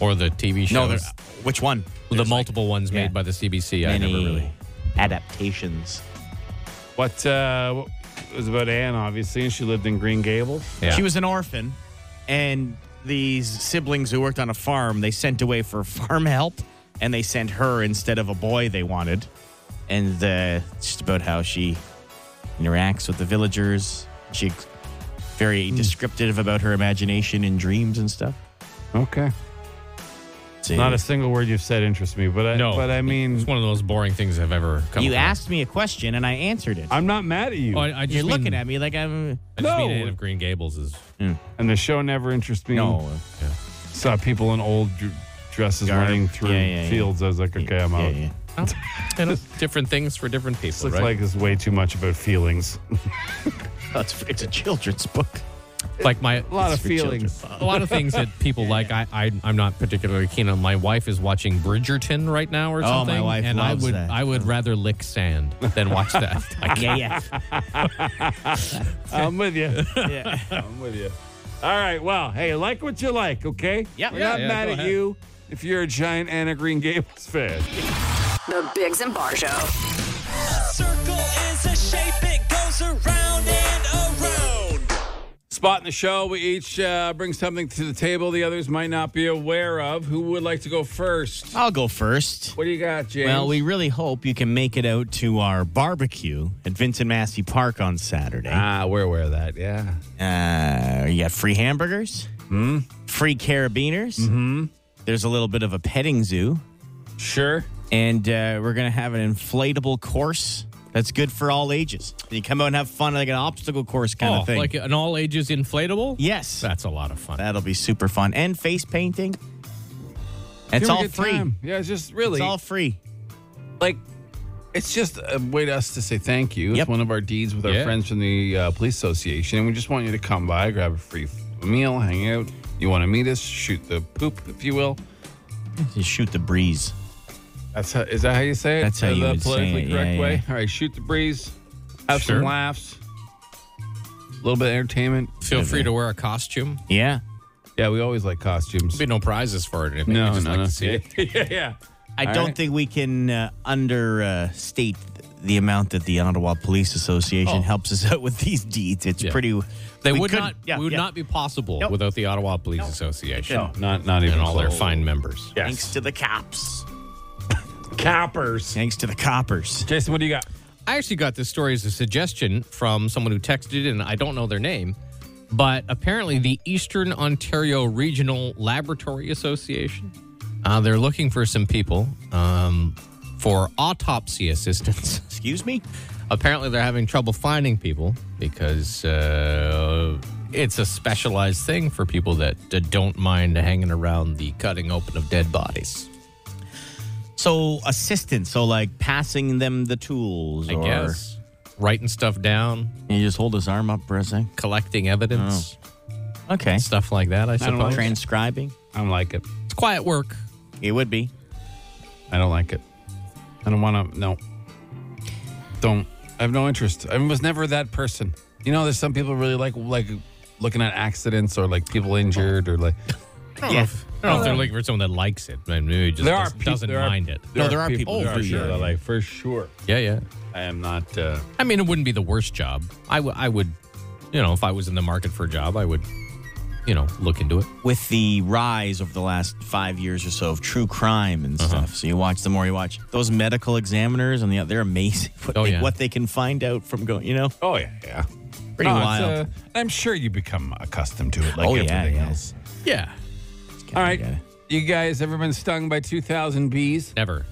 Speaker 3: or the TV shows.
Speaker 4: No, there,
Speaker 2: uh,
Speaker 4: which one?
Speaker 3: the multiple ones
Speaker 4: yeah.
Speaker 3: made by the CBC. I never
Speaker 4: Many
Speaker 3: really.
Speaker 4: adaptations.
Speaker 2: What uh, it was about Anne, obviously, and she lived in Green Gables.
Speaker 3: Yeah.
Speaker 4: She was an orphan, and these siblings who worked on a farm they sent away for farm help, and they sent her instead of a boy they wanted, and uh, it's just about how she interacts with the villagers. She very descriptive about her imagination and dreams and stuff.
Speaker 2: Okay.
Speaker 4: It's
Speaker 2: Not a single word you've said interests me, but I,
Speaker 3: No,
Speaker 2: but I
Speaker 3: it's
Speaker 2: mean,
Speaker 3: one of the most boring things I've ever come.
Speaker 4: you
Speaker 3: across.
Speaker 4: asked me a question and I answered it.
Speaker 2: I'm not mad at you.
Speaker 3: Oh, I, I just
Speaker 4: You're
Speaker 3: mean-
Speaker 4: looking at me like I'm.
Speaker 3: I just mean
Speaker 2: No.
Speaker 3: Anne of Green Gables is.
Speaker 2: and the show never interests me.
Speaker 4: No,
Speaker 2: Saw people in old dr- dresses
Speaker 4: Garb.
Speaker 2: running through
Speaker 4: Yeah, yeah, yeah.
Speaker 2: fields. I was like, okay, I'm
Speaker 4: Yeah,
Speaker 2: out.
Speaker 4: yeah.
Speaker 3: you know, different things for different people,
Speaker 2: This looks
Speaker 3: right?
Speaker 2: like it's way too much about feelings.
Speaker 4: Oh, it's, it's a children's book.
Speaker 3: like my
Speaker 2: A lot of
Speaker 4: for children.
Speaker 2: feelings.
Speaker 3: a lot of things that people like. I, I I'm not particularly keen on. My wife is watching Bridgerton right now or
Speaker 4: Oh, my
Speaker 3: something,
Speaker 4: wife
Speaker 3: and
Speaker 4: loves
Speaker 3: I would
Speaker 4: that.
Speaker 3: I would rather lick sand than watch that. Like,
Speaker 4: Yeah, yeah.
Speaker 2: I'm with you.
Speaker 4: yeah.
Speaker 2: I'm with you. All right. Well, hey, like what you like, okay?
Speaker 4: Yep.
Speaker 2: We're
Speaker 4: Yeah,
Speaker 2: not
Speaker 3: yeah,
Speaker 2: mad
Speaker 3: go
Speaker 2: at
Speaker 3: ahead.
Speaker 2: you if you're a giant Anna Green Gables fan.
Speaker 1: The Bigs and Bar Show.
Speaker 11: Circle is a shape, it goes around and around.
Speaker 2: Spot in the show. We each uh, bring something to the table the others might not be aware of. Who would like to go first?
Speaker 4: I'll go first.
Speaker 2: What do you got, James?
Speaker 4: Well, we really hope you can make it out to our barbecue at Vincent Massey Park on Saturday.
Speaker 2: ah, we're aware of that. Yeah.
Speaker 4: Uh, you got free hamburgers, free carabiners. Mm-hmm. There's a little bit of a petting zoo,
Speaker 2: Sure.
Speaker 4: and uh, we're gonna have an inflatable course that's good for all ages. You come out and have fun, like an obstacle course kind
Speaker 3: oh,
Speaker 4: of thing.
Speaker 3: like an all ages inflatable.
Speaker 4: yes,
Speaker 3: that's a lot of fun.
Speaker 4: that'll be super fun, and face painting. It's
Speaker 2: Give me a
Speaker 4: all
Speaker 2: good
Speaker 4: free.
Speaker 2: time. Yeah, it's just really
Speaker 4: It's all free.
Speaker 2: like it's just a way to us to say thank you.
Speaker 4: Yep.
Speaker 2: It's one of our deeds with our
Speaker 3: Yeah.
Speaker 2: friends from the uh, police association, and we just want you to come by, grab a free meal, hang out. You want to meet us? Shoot the poop, if you will.
Speaker 4: You shoot the breeze.
Speaker 2: That's how, is that how you say it?
Speaker 4: That's how
Speaker 2: Uh,
Speaker 4: you
Speaker 2: the
Speaker 4: would say
Speaker 2: politically
Speaker 4: it, yeah,
Speaker 2: correct
Speaker 4: yeah.
Speaker 2: way. All right, shoot the breeze, have
Speaker 3: Sure.
Speaker 2: some laughs, a little bit of entertainment.
Speaker 3: Feel free to wear a costume.
Speaker 4: Yeah.
Speaker 2: Yeah, we always like
Speaker 3: There'll
Speaker 2: costumes.
Speaker 3: be no prizes for it. Or anything.
Speaker 2: No,
Speaker 3: We just
Speaker 2: no,
Speaker 3: like
Speaker 2: no.
Speaker 3: to see it.
Speaker 2: yeah, yeah, yeah.
Speaker 4: I
Speaker 2: All
Speaker 4: don't
Speaker 2: right.
Speaker 4: think we can uh, understate the amount that the Ottawa Police Association
Speaker 3: Oh.
Speaker 4: helps us out with these deeds. It's
Speaker 3: Yeah.
Speaker 4: pretty.
Speaker 3: They
Speaker 4: we
Speaker 3: would
Speaker 4: couldn't-
Speaker 3: not.
Speaker 4: yeah,
Speaker 3: would
Speaker 4: yeah.
Speaker 3: not be possible
Speaker 4: Nope.
Speaker 3: without the Ottawa Police Association
Speaker 2: No, not not even
Speaker 3: and all their
Speaker 2: close.
Speaker 3: fine members.
Speaker 2: Yes.
Speaker 4: Thanks to the cops.
Speaker 2: cappers.
Speaker 4: Thanks to the coppers.
Speaker 2: Jason, what do you got?
Speaker 3: I actually got this story as a suggestion from someone who texted it, and I don't know their name, but apparently the Eastern Ontario Regional Laboratory Association, uh, they're looking for some people um, for autopsy assistance.
Speaker 4: Excuse me.
Speaker 3: apparently they're having trouble finding people because uh, it's a specialized thing for people that, that don't mind hanging around the cutting open of dead bodies.
Speaker 4: So assistance. So like passing them the tools.
Speaker 3: I
Speaker 4: or
Speaker 3: guess writing stuff down,
Speaker 4: you just hold his arm up for a sec.
Speaker 3: collecting evidence,
Speaker 2: Oh.
Speaker 4: Okay.
Speaker 3: stuff like that. I
Speaker 2: don't know.
Speaker 3: suppose
Speaker 4: Transcribing.
Speaker 2: I don't like it.
Speaker 3: it's quiet work.
Speaker 4: It would be.
Speaker 2: I don't like it. I don't want to. No. Don't. I have no interest. I was never that person. You know, there's some people really like like looking at accidents or like people injured or like.
Speaker 4: Yeah.
Speaker 3: I don't know if they're looking for someone that likes it, but maybe just
Speaker 2: There are
Speaker 3: does,
Speaker 2: peop-
Speaker 3: doesn't
Speaker 2: there are-
Speaker 3: mind it.
Speaker 4: No, there are people
Speaker 2: there
Speaker 4: for
Speaker 2: are
Speaker 4: sure.
Speaker 2: that like for sure.
Speaker 3: Yeah, yeah.
Speaker 2: I am not. Uh,
Speaker 3: I mean, it wouldn't be the worst job. I would, I would, you know, if I was in the market for a job, I would, you know, look into it.
Speaker 4: with the rise over the last five years or so of true crime and stuff. So you watch the more you watch those medical examiners, and the, they're amazing. What,
Speaker 3: Oh,
Speaker 4: they,
Speaker 3: yeah.
Speaker 4: what they can find out from going, you know,
Speaker 2: oh yeah, yeah.
Speaker 4: pretty
Speaker 2: No, it's, uh,
Speaker 4: wild.
Speaker 2: I'm sure you become accustomed to it, like
Speaker 4: Oh, yeah,
Speaker 2: everything
Speaker 4: yeah.
Speaker 2: else.
Speaker 3: Yeah,
Speaker 2: All right, you guys ever been stung by two thousand bees?
Speaker 3: never.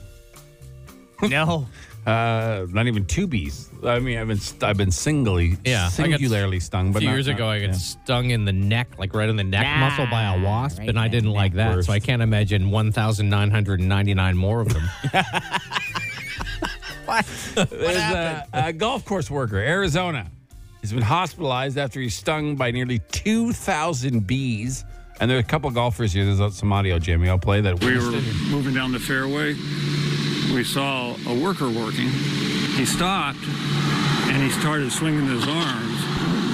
Speaker 4: no,
Speaker 2: Uh, not even two bees. I mean, I've been st- I've been singly,
Speaker 3: Yeah, I got
Speaker 2: singularly stung.
Speaker 3: A
Speaker 2: But
Speaker 3: few
Speaker 2: not-
Speaker 3: years
Speaker 2: not-
Speaker 3: ago, I got
Speaker 2: yeah.
Speaker 3: stung in the neck, like right in the neck muscle by a wasp, and I didn't like that.
Speaker 2: Worst.
Speaker 3: So I can't imagine 1,999 more of them.
Speaker 2: There's a, a golf course worker, Arizona. He's been hospitalized after he's stung by nearly 2,000 bees. And there are a couple golfers here. There's some audio, Jamie. I'll play that.
Speaker 11: We were moving down the fairway. We saw a worker working. He stopped and he started swinging his arms.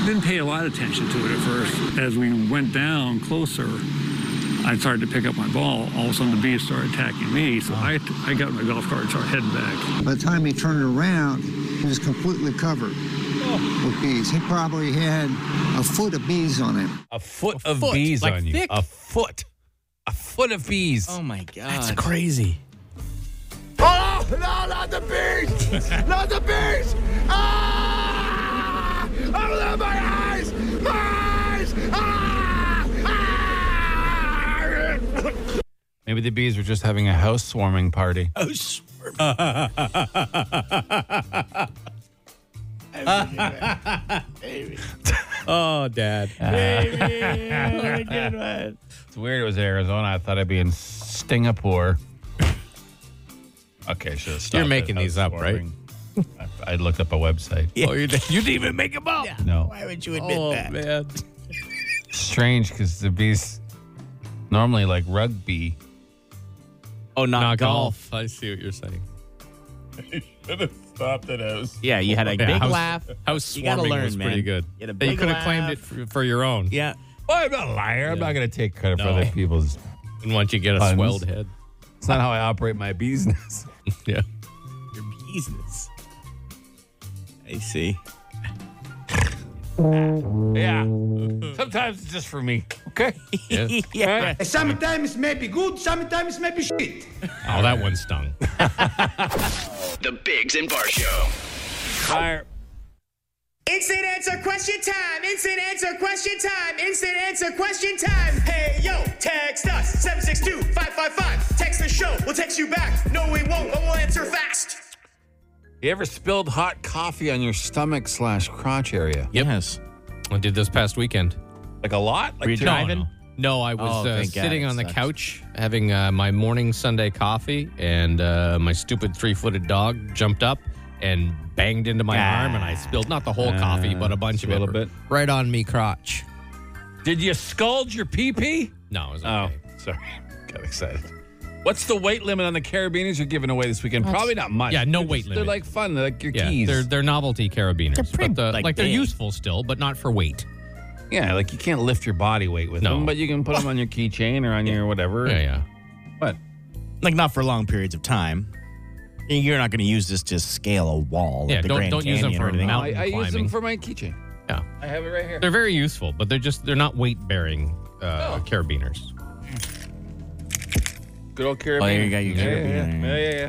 Speaker 12: didn't pay a lot of attention to it at first. As we went down closer, I started to pick up my ball. All of a sudden, the bees started attacking me. So I, I got my golf cart and started heading back.
Speaker 13: By the time he turned around, he was completely covered
Speaker 7: Oh.
Speaker 13: with bees. He probably had a foot of bees on him.
Speaker 2: A foot
Speaker 13: A
Speaker 2: of
Speaker 13: foot,
Speaker 2: bees
Speaker 13: like
Speaker 2: on you.
Speaker 13: thick.
Speaker 2: A foot. A foot of bees.
Speaker 4: Oh my god.
Speaker 2: That's crazy.
Speaker 11: Oh, no, not the bees! not the bees! Ah! Out of my eyes! My eyes! Ah! Ah!
Speaker 2: Maybe the bees were just having a housewarming party.
Speaker 3: oh, Dad.
Speaker 2: It's weird it was Arizona. I thought I'd be in Singapore. Okay, should have stopped
Speaker 3: You're making
Speaker 2: it.
Speaker 3: these up, right?
Speaker 2: I, I looked up a website.
Speaker 3: Oh, you did- you didn't even make them up.
Speaker 2: No.
Speaker 4: Why would you admit
Speaker 3: oh,
Speaker 4: that?
Speaker 3: man.
Speaker 2: Strange because the bees normally like rugby.
Speaker 4: Oh, not,
Speaker 3: Not golf. I see what you're saying.
Speaker 2: should have stopped at house.
Speaker 4: Yeah, you had a
Speaker 3: Yeah,
Speaker 4: big
Speaker 3: house-
Speaker 4: laugh.
Speaker 3: House
Speaker 4: You gotta
Speaker 3: swarming
Speaker 4: learn,
Speaker 3: was pretty
Speaker 4: man.
Speaker 3: good.
Speaker 4: You had a
Speaker 3: But you
Speaker 4: big
Speaker 3: could have claimed
Speaker 4: laugh.
Speaker 3: it for, for your own.
Speaker 4: Yeah.
Speaker 2: Well, I'm not a liar. I'm not going to take credit for
Speaker 3: No.
Speaker 2: other people's.
Speaker 3: And once you get a
Speaker 2: Puns.
Speaker 3: swelled head.
Speaker 2: It's not how I operate my business.
Speaker 3: Yeah.
Speaker 4: Your business. I see.
Speaker 2: yeah. Sometimes it's just for me. Okay.
Speaker 3: Yeah.
Speaker 2: Yeah.
Speaker 11: Sometimes may be good, sometimes may be shit.
Speaker 3: Oh, that one stung.
Speaker 6: The Bigs and Bar Show.
Speaker 11: Instant answer question time. Instant answer question time. Instant answer question time. Hey yo, text us 762-555. Text the show. We'll text you back. No, we won't, but we'll answer fast.
Speaker 2: You ever spilled hot coffee on your stomach slash crotch area?
Speaker 4: Yes.
Speaker 3: I did this past weekend.
Speaker 2: Like a lot? Like
Speaker 3: Were you
Speaker 2: two-
Speaker 3: driving? No, I was
Speaker 4: Oh,
Speaker 3: uh,
Speaker 4: thank God,
Speaker 3: sitting
Speaker 4: it
Speaker 3: on the
Speaker 4: sucks.
Speaker 3: couch having uh, my morning Sunday coffee, and uh, my stupid three footed dog jumped up and banged into my
Speaker 4: Ah.
Speaker 3: arm, and I spilled not the whole coffee, but a bunch
Speaker 2: just a
Speaker 3: of it.
Speaker 2: little bit.
Speaker 3: Right on me crotch.
Speaker 2: Did you scald your pee pee?
Speaker 3: No, it was
Speaker 2: Oh,
Speaker 3: okay.
Speaker 2: sorry. Got excited. What's the weight limit on the carabiners you're giving away this weekend? Probably not much.
Speaker 3: Yeah, no
Speaker 2: They're
Speaker 3: weight
Speaker 2: just-
Speaker 3: limit.
Speaker 2: They're like fun. They're like your
Speaker 3: Yeah,
Speaker 2: keys.
Speaker 3: they're they're novelty carabiners.
Speaker 4: pretty,
Speaker 3: but the, like,
Speaker 4: like,
Speaker 3: they're
Speaker 4: big.
Speaker 3: useful still, but not for weight.
Speaker 2: yeah, like you can't lift your body weight with
Speaker 3: No.
Speaker 2: them, but you can put them on your keychain or on your whatever.
Speaker 3: Yeah, yeah.
Speaker 2: What?
Speaker 4: Like not for long periods of time. And You're not going to use this to scale a wall.
Speaker 3: Yeah,
Speaker 4: at the
Speaker 3: don't-
Speaker 4: Grand
Speaker 3: don't use them
Speaker 4: Canyon
Speaker 3: for
Speaker 4: or anything.
Speaker 3: mountain-
Speaker 2: I, I use them
Speaker 3: climbing.
Speaker 2: for my keychain.
Speaker 3: Yeah.
Speaker 2: I have it right here.
Speaker 3: They're very useful, but they're just they're not weight bearing
Speaker 4: Oh.
Speaker 3: uh, carabiners.
Speaker 2: Good old carabiner.
Speaker 4: Oh, there you got your
Speaker 2: yeah,
Speaker 4: carabiner.
Speaker 2: Yeah, yeah, yeah. yeah.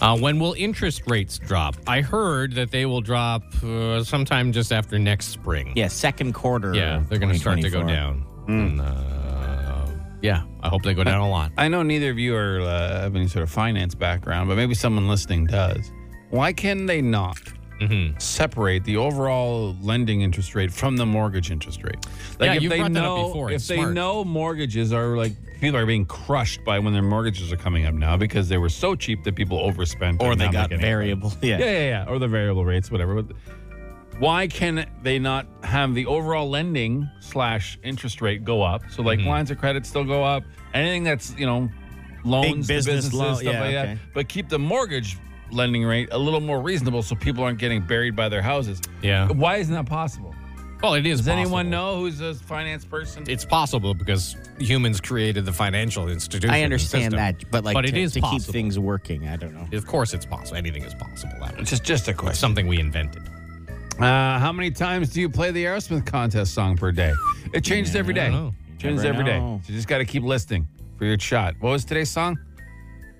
Speaker 3: Uh, when will interest rates drop? I heard that they will drop uh, sometime just after next spring.
Speaker 4: Yeah, Hmm. second quarter.
Speaker 3: Yeah,
Speaker 4: of
Speaker 3: they're going to start to go
Speaker 4: 2024.
Speaker 3: down. And, uh, yeah, I hope they go down a lot.
Speaker 2: I know neither of you are uh, have any sort of finance background, but maybe someone listening does. Why can they not separate the overall lending interest rate from the mortgage interest rate?
Speaker 3: Yeah, you've brought that up
Speaker 2: know,
Speaker 3: before.
Speaker 2: If
Speaker 3: It's
Speaker 2: they
Speaker 3: smart.
Speaker 2: know mortgages are like people are being crushed by when their mortgages are coming up now because they were so cheap that people overspent
Speaker 4: Or
Speaker 2: and
Speaker 4: they
Speaker 2: not
Speaker 4: got
Speaker 2: making any
Speaker 4: variable. Yeah.
Speaker 2: yeah, yeah, yeah. Or the variable rates, whatever. But why can they not have the overall lending slash interest rate go up? So like
Speaker 4: Mm-hmm.
Speaker 2: lines of credit still go up. Anything that's you know loans, to
Speaker 4: business
Speaker 2: businesses,
Speaker 4: loan-
Speaker 2: stuff
Speaker 4: yeah,
Speaker 2: like
Speaker 4: okay.
Speaker 2: that. But keep the mortgage lending rate a little more reasonable, so people aren't getting buried by their houses.
Speaker 3: Yeah.
Speaker 2: Why isn't that possible?
Speaker 3: Well, it is.
Speaker 2: Does
Speaker 3: possible.
Speaker 2: anyone know who's a finance person?
Speaker 3: It's possible because humans created the financial institution.
Speaker 4: I
Speaker 3: and
Speaker 4: understand
Speaker 3: system.
Speaker 4: that, but like
Speaker 3: But
Speaker 4: to,
Speaker 3: it is
Speaker 4: to keep
Speaker 3: possible.
Speaker 4: things working. I don't know.
Speaker 3: Of course, it's possible. Anything is possible. That
Speaker 2: It's
Speaker 3: was
Speaker 2: just just a question.
Speaker 3: something we invented.
Speaker 2: Uh, how many times do you play the Aerosmith contest song per day? It changes every
Speaker 3: I
Speaker 2: day.
Speaker 3: don't know.
Speaker 2: Changes
Speaker 4: never
Speaker 2: every day.
Speaker 4: know.
Speaker 2: So you just got to keep listening for your shot. What was today's song?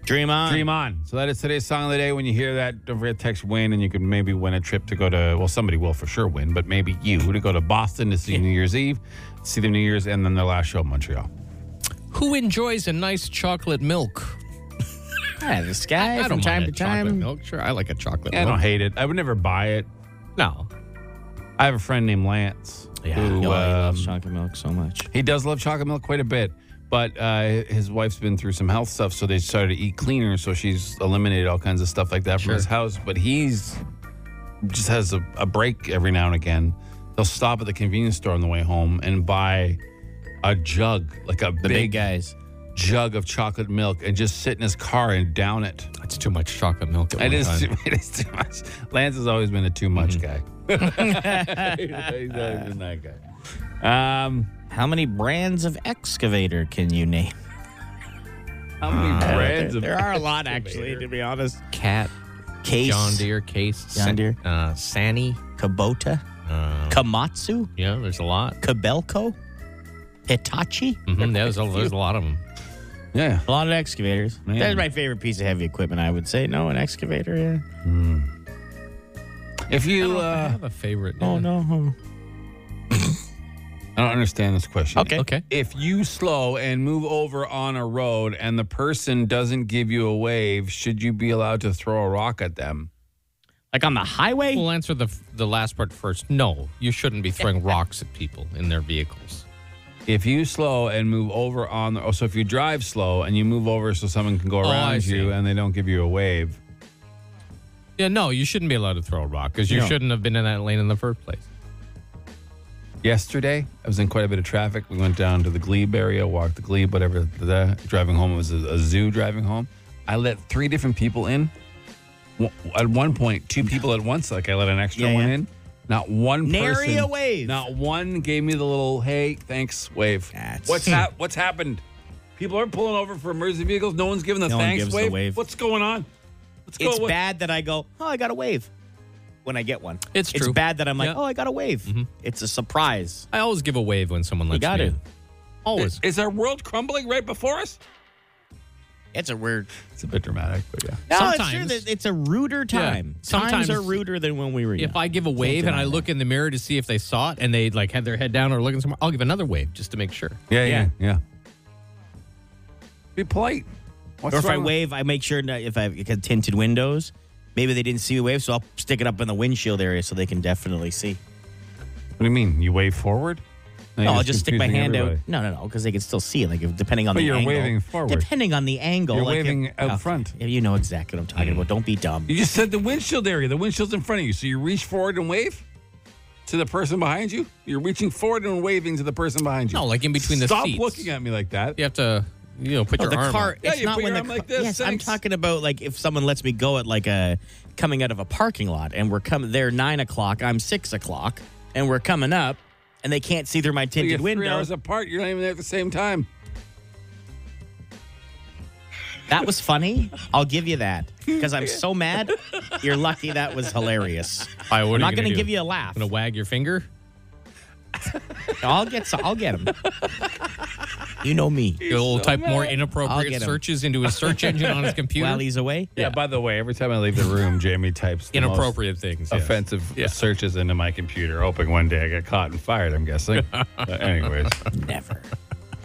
Speaker 4: Dream on.
Speaker 2: Dream On. So that is today's song of the day. When you hear that, don't forget to text win, and you can maybe win a trip to go to, well, somebody will for sure win, but maybe you to go to Boston to see New Year's Eve, see them New Year's, and then their last show in Montreal.
Speaker 3: Who enjoys a nice chocolate milk?
Speaker 4: Yeah, the sky
Speaker 3: I
Speaker 4: from
Speaker 3: don't
Speaker 4: time
Speaker 3: mind
Speaker 4: to
Speaker 3: a chocolate
Speaker 4: time.
Speaker 3: milk. Sure, I like a chocolate
Speaker 2: Yeah, I don't
Speaker 3: milk.
Speaker 2: hate it. I would never buy it.
Speaker 3: No,
Speaker 2: I have a friend named Lance.
Speaker 4: Yo,
Speaker 2: who,
Speaker 4: I love
Speaker 2: um,
Speaker 4: chocolate milk so much.
Speaker 2: He does love chocolate milk quite a bit, but uh, his wife's been through some health stuff, so they started to eat cleaner. So she's eliminated all kinds of stuff like that from
Speaker 3: Sure.
Speaker 2: his house. But he's just has a, a break every now and again. He'll stop at the convenience store on the way home and buy a jug, like a
Speaker 4: The
Speaker 2: big,
Speaker 4: big guys.
Speaker 2: jug of chocolate milk, and just sit in his car and down it.
Speaker 4: Oh
Speaker 3: that's too much chocolate milk. at
Speaker 2: It
Speaker 3: one
Speaker 2: is,
Speaker 3: time.
Speaker 4: Mm-hmm.
Speaker 2: too, it is too much. Lance has always been a too much guy. he's not even that guy.
Speaker 4: Um, how many brands of excavator can you name?
Speaker 2: How many
Speaker 4: Uh,
Speaker 2: brands
Speaker 4: there,
Speaker 2: of
Speaker 4: there are a lot
Speaker 2: excavator?
Speaker 4: actually, to be honest.
Speaker 3: Cat,
Speaker 4: Case,
Speaker 3: John Deere, Case,
Speaker 4: John
Speaker 3: Sa-
Speaker 4: Deere.
Speaker 3: uh, Sani,
Speaker 4: Kubota,
Speaker 3: uh,
Speaker 4: Komatsu,
Speaker 3: yeah, there's a lot.
Speaker 4: Kabelco, Hitachi.
Speaker 3: hmm There's a, there's a lot of them.
Speaker 2: Yeah.
Speaker 4: A lot of excavators.
Speaker 2: Man.
Speaker 4: That's my favorite piece of heavy equipment. I would say no, an excavator. Yeah.
Speaker 2: If you,
Speaker 3: I
Speaker 2: uh,
Speaker 3: have a favorite.
Speaker 4: Oh
Speaker 3: yeah.
Speaker 4: no.
Speaker 2: I don't understand this question.
Speaker 4: Okay.
Speaker 3: Okay.
Speaker 2: If you slow and move over on a road and the person doesn't give you a wave, should you be allowed to throw a rock at them?
Speaker 4: Like on the highway.
Speaker 3: We'll answer the the last part first. No, you shouldn't be throwing rocks at people in their vehicles.
Speaker 2: If you slow and move over on the, oh, so if you drive slow and you move over so someone can go
Speaker 3: Oh, I
Speaker 2: around you
Speaker 3: see.
Speaker 2: and they don't give you a wave,
Speaker 3: Yeah, no, you shouldn't be allowed to throw a rock because you
Speaker 2: No.
Speaker 3: shouldn't have been in that lane in the first place.
Speaker 2: Yesterday, I was in quite a bit of traffic. We went down to the Glebe area, walked the Glebe, whatever. The driving home it was a, a zoo driving home. I let three different people in. One- At one point, two people at once. Like I let an extra
Speaker 4: Yeah,
Speaker 2: one
Speaker 4: yeah.
Speaker 2: in. Not one
Speaker 4: Nary
Speaker 2: person.
Speaker 4: a wave.
Speaker 2: Not one gave me the little hey, thanks wave.
Speaker 4: That's- Hmm.
Speaker 2: What's hap- What's happened? People are pulling over for emergency vehicles. No one's giving the
Speaker 4: No one
Speaker 2: thanks
Speaker 4: gives the
Speaker 2: wave.
Speaker 4: wave.
Speaker 2: What's going on? Let's
Speaker 4: It's
Speaker 2: What-
Speaker 4: bad that I go. Oh, I got a wave. When I get one,
Speaker 3: It's true.
Speaker 4: bad that I'm like,
Speaker 3: Yeah. Mm-hmm.
Speaker 4: oh, I got a wave. It's a surprise.
Speaker 3: I always give a wave when someone lets
Speaker 4: you got
Speaker 3: me
Speaker 4: to.
Speaker 3: in. Always.
Speaker 2: Is our world crumbling right before us?
Speaker 4: It's a weird.
Speaker 2: It's a bit dramatic, but yeah.
Speaker 4: No, it's true.
Speaker 3: Sometimes-
Speaker 4: that It's a ruder time.
Speaker 3: Sometimes-
Speaker 4: Times are ruder than when we were.
Speaker 3: If
Speaker 4: young.
Speaker 3: I give a
Speaker 4: Can't
Speaker 3: wave and
Speaker 4: deny
Speaker 3: I
Speaker 4: that.
Speaker 3: look in the mirror to see if they saw it and they like had their head down or looking somewhere, I'll give another wave just to make sure.
Speaker 2: Yeah,
Speaker 4: Yeah.
Speaker 2: yeah, yeah. Be polite. What's
Speaker 4: or if I
Speaker 2: wrong-
Speaker 4: wave, I make sure that if I have tinted windows, maybe they didn't see the wave, so I'll stick it up in the windshield area so they can definitely see.
Speaker 2: What do you mean? You wave forward?
Speaker 4: No, I'll just stick my hand out. No, no, no, because they can still see it. Like if, depending on
Speaker 2: But
Speaker 4: the
Speaker 2: you're
Speaker 4: angle.
Speaker 2: waving forward.
Speaker 4: Depending on the angle,
Speaker 2: You're
Speaker 4: like if-
Speaker 2: waving out
Speaker 4: Oh,
Speaker 2: front. Mm-hmm.
Speaker 4: yeah, You know exactly what I'm talking about. Don't be dumb.
Speaker 2: You just said the windshield area. The windshield's in front of you, so you reach forward and wave to the person behind you. You're reaching forward and waving to the person behind you.
Speaker 3: No, like in between the
Speaker 2: Stop
Speaker 3: seats.
Speaker 2: looking at me like that.
Speaker 3: You have to, you know, put
Speaker 4: No,
Speaker 3: your
Speaker 4: Oh, the
Speaker 3: arm.
Speaker 4: car.
Speaker 3: out.
Speaker 2: Yeah,
Speaker 4: it's
Speaker 2: you
Speaker 4: not
Speaker 2: put your
Speaker 4: when the
Speaker 2: arm
Speaker 4: car-
Speaker 2: like this,
Speaker 4: Yes, I'm
Speaker 2: thanks.
Speaker 4: talking about like if someone lets me go at like a coming out of a parking lot and we're coming. They're nine o'clock. I'm six o'clock, and we're coming up, and they can't see through my
Speaker 2: You're
Speaker 4: tinted
Speaker 2: three
Speaker 4: window.
Speaker 2: hours apart. You're not even there at the same time.
Speaker 4: That was funny. I'll give you that because I'm so mad. You're lucky that was hilarious.
Speaker 3: All right, what
Speaker 4: I'm
Speaker 3: are
Speaker 4: not
Speaker 3: going
Speaker 4: gonna
Speaker 3: to
Speaker 4: give you a laugh.
Speaker 3: Going to wag your finger?
Speaker 4: I'll get. Some, I'll get him. You know me.
Speaker 3: You'll type more
Speaker 4: I'll get
Speaker 3: inappropriate
Speaker 4: 'em.
Speaker 3: searches into his search engine on his computer.
Speaker 4: While he's away.
Speaker 2: Yeah. By the way, every time I leave the room, Jamie types the most
Speaker 3: Inappropriate things. yes.
Speaker 2: offensive searches into my computer, hoping one day I get caught and fired. I'm guessing. but anyways,
Speaker 4: Never.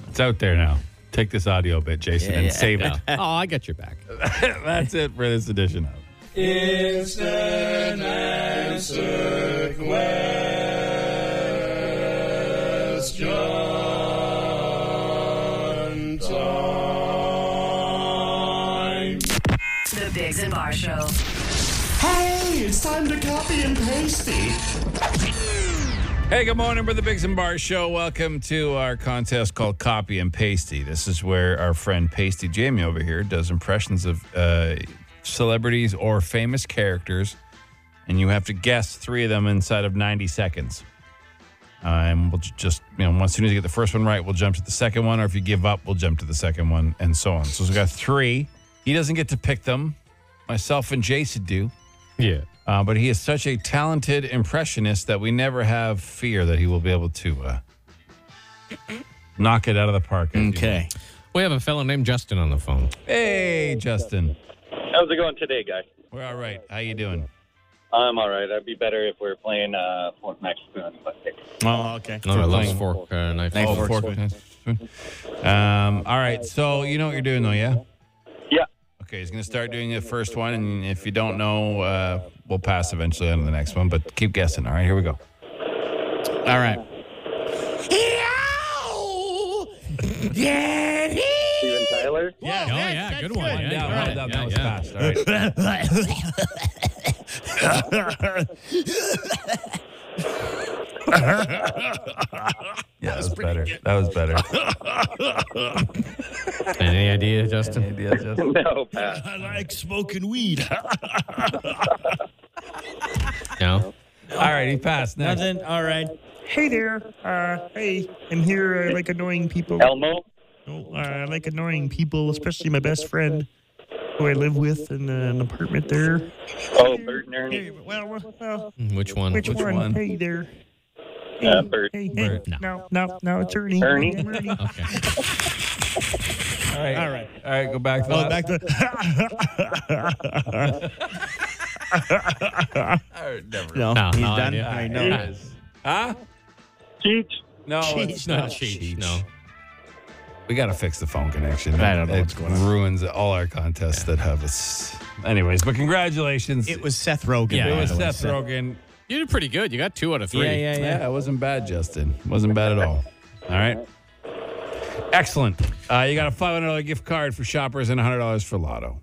Speaker 2: it's out there now. Take this audio bit, Jason, and save it.
Speaker 3: Yeah. oh, I got your back.
Speaker 2: That's it for this edition of.
Speaker 1: The Bigs and Bar Show.
Speaker 11: Hey, it's time to copy and pasty.
Speaker 2: Hey, good morning, Brother Biggs and Bar Show. Welcome to our contest called Copy and Pasty. This is where our friend Pasty Jamie over here does impressions of uh, celebrities or famous characters, and you have to guess three of them inside of 90 seconds. Uh, and we'll ju- just, you know, as soon as you get the first one right, we'll jump to the second one, or if you give up, we'll jump to the second one, and so on. So we've got three. He doesn't get to pick them, myself and Jason do.
Speaker 3: Yeah.
Speaker 2: Uh, but he is such a talented impressionist that we never have fear that he will be able to uh, knock it out of the park.
Speaker 4: Okay.
Speaker 3: We have a fellow named Justin on the phone.
Speaker 2: Hey, Justin.
Speaker 10: How's it going today, guy?
Speaker 2: We're all right. How you doing?
Speaker 10: I'm all right. I'd be better if we were playing uh, Fort Mexican, but
Speaker 4: Oh, okay.
Speaker 3: No, I love
Speaker 2: playing-
Speaker 3: fork uh, knife.
Speaker 4: Knife,
Speaker 3: Oh,
Speaker 2: Oh,
Speaker 4: fork.
Speaker 2: fork. Um, all right. So you know what you're doing, though, yeah?
Speaker 10: Yeah.
Speaker 2: Okay, he's going to start doing the first one, and if you don't know, uh, we'll pass eventually on to the next one. But keep guessing. All right, here we go.
Speaker 4: All right.
Speaker 10: Steven Tyler.
Speaker 3: yeah, oh, yeah, good one. Yeah,
Speaker 2: Down,
Speaker 3: you got it. Yeah,
Speaker 2: well done, that was
Speaker 3: yeah.
Speaker 2: fast. All right. Yeah, that was better. That was better.
Speaker 3: Any idea, Justin?
Speaker 2: Ideas, Justin?
Speaker 10: No, Pat.
Speaker 4: I like smoking weed.
Speaker 3: No.
Speaker 2: All right, right, he passed. Next.
Speaker 14: Nothing. All right. Hey there. Uh, hey, I'm here. I like annoying people. Elmo. No, uh, I like annoying people, especially my best friend, who I live with in uh, an apartment there.
Speaker 10: Oh, Bert and Ernie.
Speaker 14: well, well, well
Speaker 3: Mm, Which one?
Speaker 14: which, one? Hey there.
Speaker 10: Uh, Bert.
Speaker 14: Hey, hey.
Speaker 3: Bert.
Speaker 14: No, no, no, it's Ernie.
Speaker 10: Ernie.
Speaker 14: I'm Ernie.
Speaker 3: Okay.
Speaker 2: All right. All right. All right. Go back.
Speaker 14: Oh, back to.
Speaker 2: never.
Speaker 4: No,
Speaker 3: No,
Speaker 4: he's
Speaker 3: no
Speaker 4: done.
Speaker 3: idea.
Speaker 4: All right,
Speaker 2: There
Speaker 4: no.
Speaker 2: it is. Huh?
Speaker 10: Cheech.
Speaker 2: No,
Speaker 4: Cheech,
Speaker 2: it's
Speaker 3: No,
Speaker 2: not.
Speaker 3: cheat. No.
Speaker 2: We got to fix the phone connection.
Speaker 4: I don't know
Speaker 2: it
Speaker 4: what's going on.
Speaker 2: ruins all our contests that have us. Anyways, but congratulations.
Speaker 4: It was Seth Rogen.
Speaker 3: Yeah,
Speaker 4: by
Speaker 2: It was
Speaker 4: the way.
Speaker 2: Seth Rogen.
Speaker 3: You did pretty good. You got two out of three.
Speaker 4: Yeah, yeah, yeah.
Speaker 2: Yeah, it wasn't bad, Justin. Wasn't bad at all. All right. Excellent. Uh, you got a $500 gift card for shoppers and $100 for Lotto.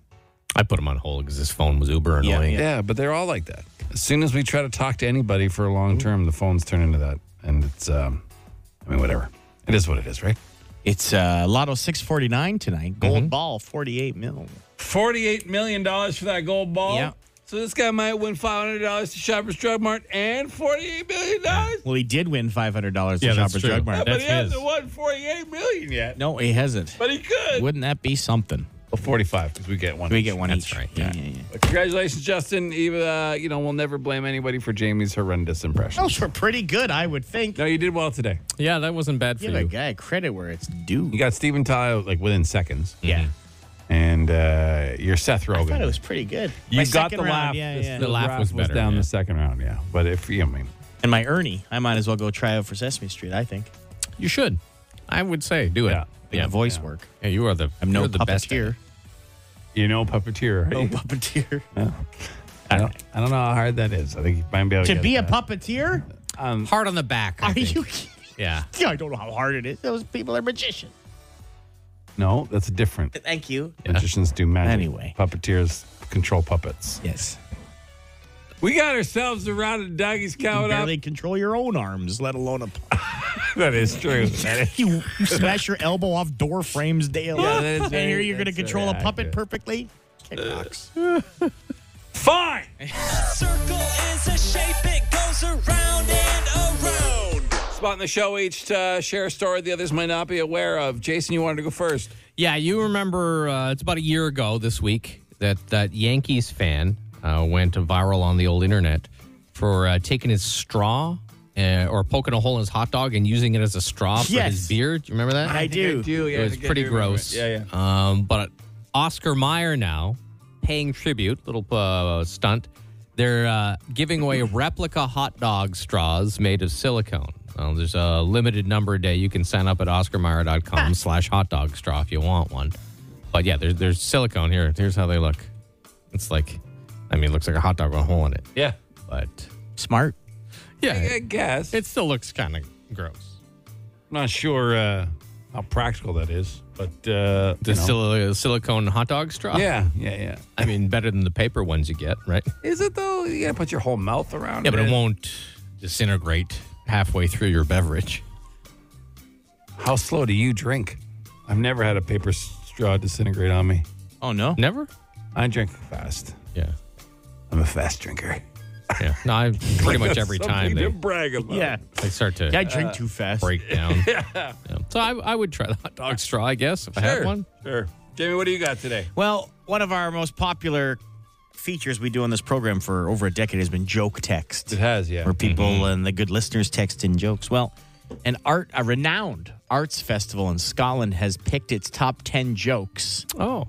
Speaker 3: I put him on hold because his phone was uber
Speaker 4: Yeah,
Speaker 3: annoying.
Speaker 2: Yeah. but they're all like that. As soon as we try to talk to anybody for a long term, the phones turn into that. And it's, um, I mean, whatever. It is what it is, right?
Speaker 4: It's uh, Lotto 649 tonight. Gold
Speaker 3: Mm-hmm.
Speaker 4: ball, 48 mil.
Speaker 2: $48 million for that gold ball.
Speaker 4: Yeah.
Speaker 2: So this guy might win $500 to Shoppers Drug Mart and $48 million.
Speaker 4: Well, he did win $500
Speaker 3: Yeah,
Speaker 4: to
Speaker 3: that's
Speaker 4: Shoppers
Speaker 3: true.
Speaker 4: Drug Mart.
Speaker 3: That-
Speaker 2: but
Speaker 3: That's
Speaker 2: he
Speaker 3: his.
Speaker 2: hasn't won $48 million yet.
Speaker 4: no, he hasn't.
Speaker 2: But he could.
Speaker 4: Wouldn't that be something?
Speaker 2: Well, 45 because we get one.
Speaker 4: We
Speaker 2: each.
Speaker 4: get one
Speaker 3: That's
Speaker 4: each.
Speaker 3: right.
Speaker 4: Yeah, yeah, yeah.
Speaker 2: But congratulations, Justin. Eva, uh, you know, we'll never blame anybody for Jamie's horrendous impression.
Speaker 4: Those were pretty good, I would think.
Speaker 2: No, you did well today.
Speaker 3: Yeah, that wasn't bad for
Speaker 4: Give
Speaker 3: you.
Speaker 4: a guy credit where it's due.
Speaker 2: You got Steven Tyler like within seconds.
Speaker 4: yeah.
Speaker 3: Mm-hmm.
Speaker 2: And uh, you're Seth
Speaker 4: I
Speaker 2: Rogen.
Speaker 4: thought it was pretty good.
Speaker 2: you
Speaker 4: My
Speaker 2: got the
Speaker 4: second round,
Speaker 2: laugh.
Speaker 4: Yeah,
Speaker 2: This-
Speaker 4: yeah.
Speaker 3: The laugh was better,
Speaker 2: down
Speaker 3: yeah.
Speaker 2: the second round, yeah. But if you I mean,
Speaker 4: And my Ernie, I might as well go try out for Sesame Street, I think.
Speaker 3: You should. I would say do it.
Speaker 2: Yeah.
Speaker 4: Yeah, voice work.
Speaker 3: Yeah, you are the.
Speaker 4: I'm no
Speaker 3: you're the best at it.
Speaker 4: puppeteer.
Speaker 2: you know, puppeteer.
Speaker 4: No
Speaker 2: Right?
Speaker 4: puppeteer.
Speaker 2: I don't, I don't know how hard that is. I think you might be able to,
Speaker 4: to
Speaker 2: get
Speaker 4: be a
Speaker 2: that.
Speaker 4: puppeteer?
Speaker 2: Um,
Speaker 3: Hard on the back. I
Speaker 4: Are
Speaker 3: think.
Speaker 4: you kidding?
Speaker 3: Yeah.
Speaker 4: Yeah, I don't know how hard it is. Those people are magicians.
Speaker 2: no, that's different.
Speaker 4: Thank you.
Speaker 2: Magicians do magic.
Speaker 4: Anyway.
Speaker 2: puppeteers control puppets.
Speaker 4: Yes.
Speaker 2: We got ourselves a round of doggies
Speaker 4: You
Speaker 2: coming up.
Speaker 4: barely control your own arms, let alone a.
Speaker 2: That is true. That is-
Speaker 4: you smash your elbow off door frames daily.
Speaker 2: Yeah, that is
Speaker 4: and
Speaker 2: very-
Speaker 4: here you're going to
Speaker 2: that's
Speaker 4: control a
Speaker 2: very
Speaker 4: puppet
Speaker 2: accurate.
Speaker 4: perfectly. Kickbox.
Speaker 2: Fine.
Speaker 15: circle is a shape, it goes around and around.
Speaker 2: Spot in the show each to uh, share a story the others might not be aware of. Jason, you wanted to go first.
Speaker 3: Yeah, you remember uh, it's about a year ago this week that that Yankees fan uh, went viral on the old internet for uh, taking his straw uh, or poking a hole in his hot dog and using it as a straw for
Speaker 4: Yes.
Speaker 3: his beer. Do you remember that?
Speaker 4: I do.
Speaker 2: yeah,
Speaker 3: it was pretty gross.
Speaker 2: Yeah, yeah.
Speaker 3: yeah. Um, but Oscar Meyer now paying tribute, little uh, stunt. They're uh, giving away replica hot dog straws made of silicone. Uh, there's a limited number a day. You can sign up at oscarmeyer.com slash hot dog straw if you want one. But yeah, there's, there's silicone here. Here's how they look. It's like, I mean, it looks like a hot dog with a hole in it.
Speaker 2: Yeah.
Speaker 3: But
Speaker 4: Smart.
Speaker 2: I, I
Speaker 3: yeah,
Speaker 2: guess.
Speaker 3: it still looks kind of gross.
Speaker 2: I'm not sure uh, how practical that is, but uh,
Speaker 3: The
Speaker 2: you know.
Speaker 3: sil- silicone hot dog straw?
Speaker 2: Yeah, yeah, yeah.
Speaker 3: I mean, better than the paper ones you get, right?
Speaker 2: Is it though? You gotta put your whole mouth around
Speaker 3: Yeah, but it won't disintegrate halfway through your beverage.
Speaker 2: How slow do you drink? I've never had a paper straw disintegrate on me.
Speaker 4: Oh, no.
Speaker 3: Never?
Speaker 2: I drink fast.
Speaker 3: Yeah.
Speaker 2: I'm a fast drinker.
Speaker 3: Yeah. No, I pretty much every time
Speaker 2: Something
Speaker 3: they,
Speaker 2: to brag about.
Speaker 4: Yeah.
Speaker 3: they start to
Speaker 4: I drink too fast.
Speaker 3: break down. yeah. So I, I would try the hot dog straw, I guess, if I had
Speaker 2: Sure,
Speaker 3: one.
Speaker 2: Sure. Jamie, what do you got today?
Speaker 4: Well, one of our most popular features we do on this program for over a decade has been joke text.
Speaker 2: It has, yeah.
Speaker 4: where people and the good listeners text in jokes. Well, an art, a renowned arts festival in Scotland has picked its top 10 jokes.
Speaker 3: Oh.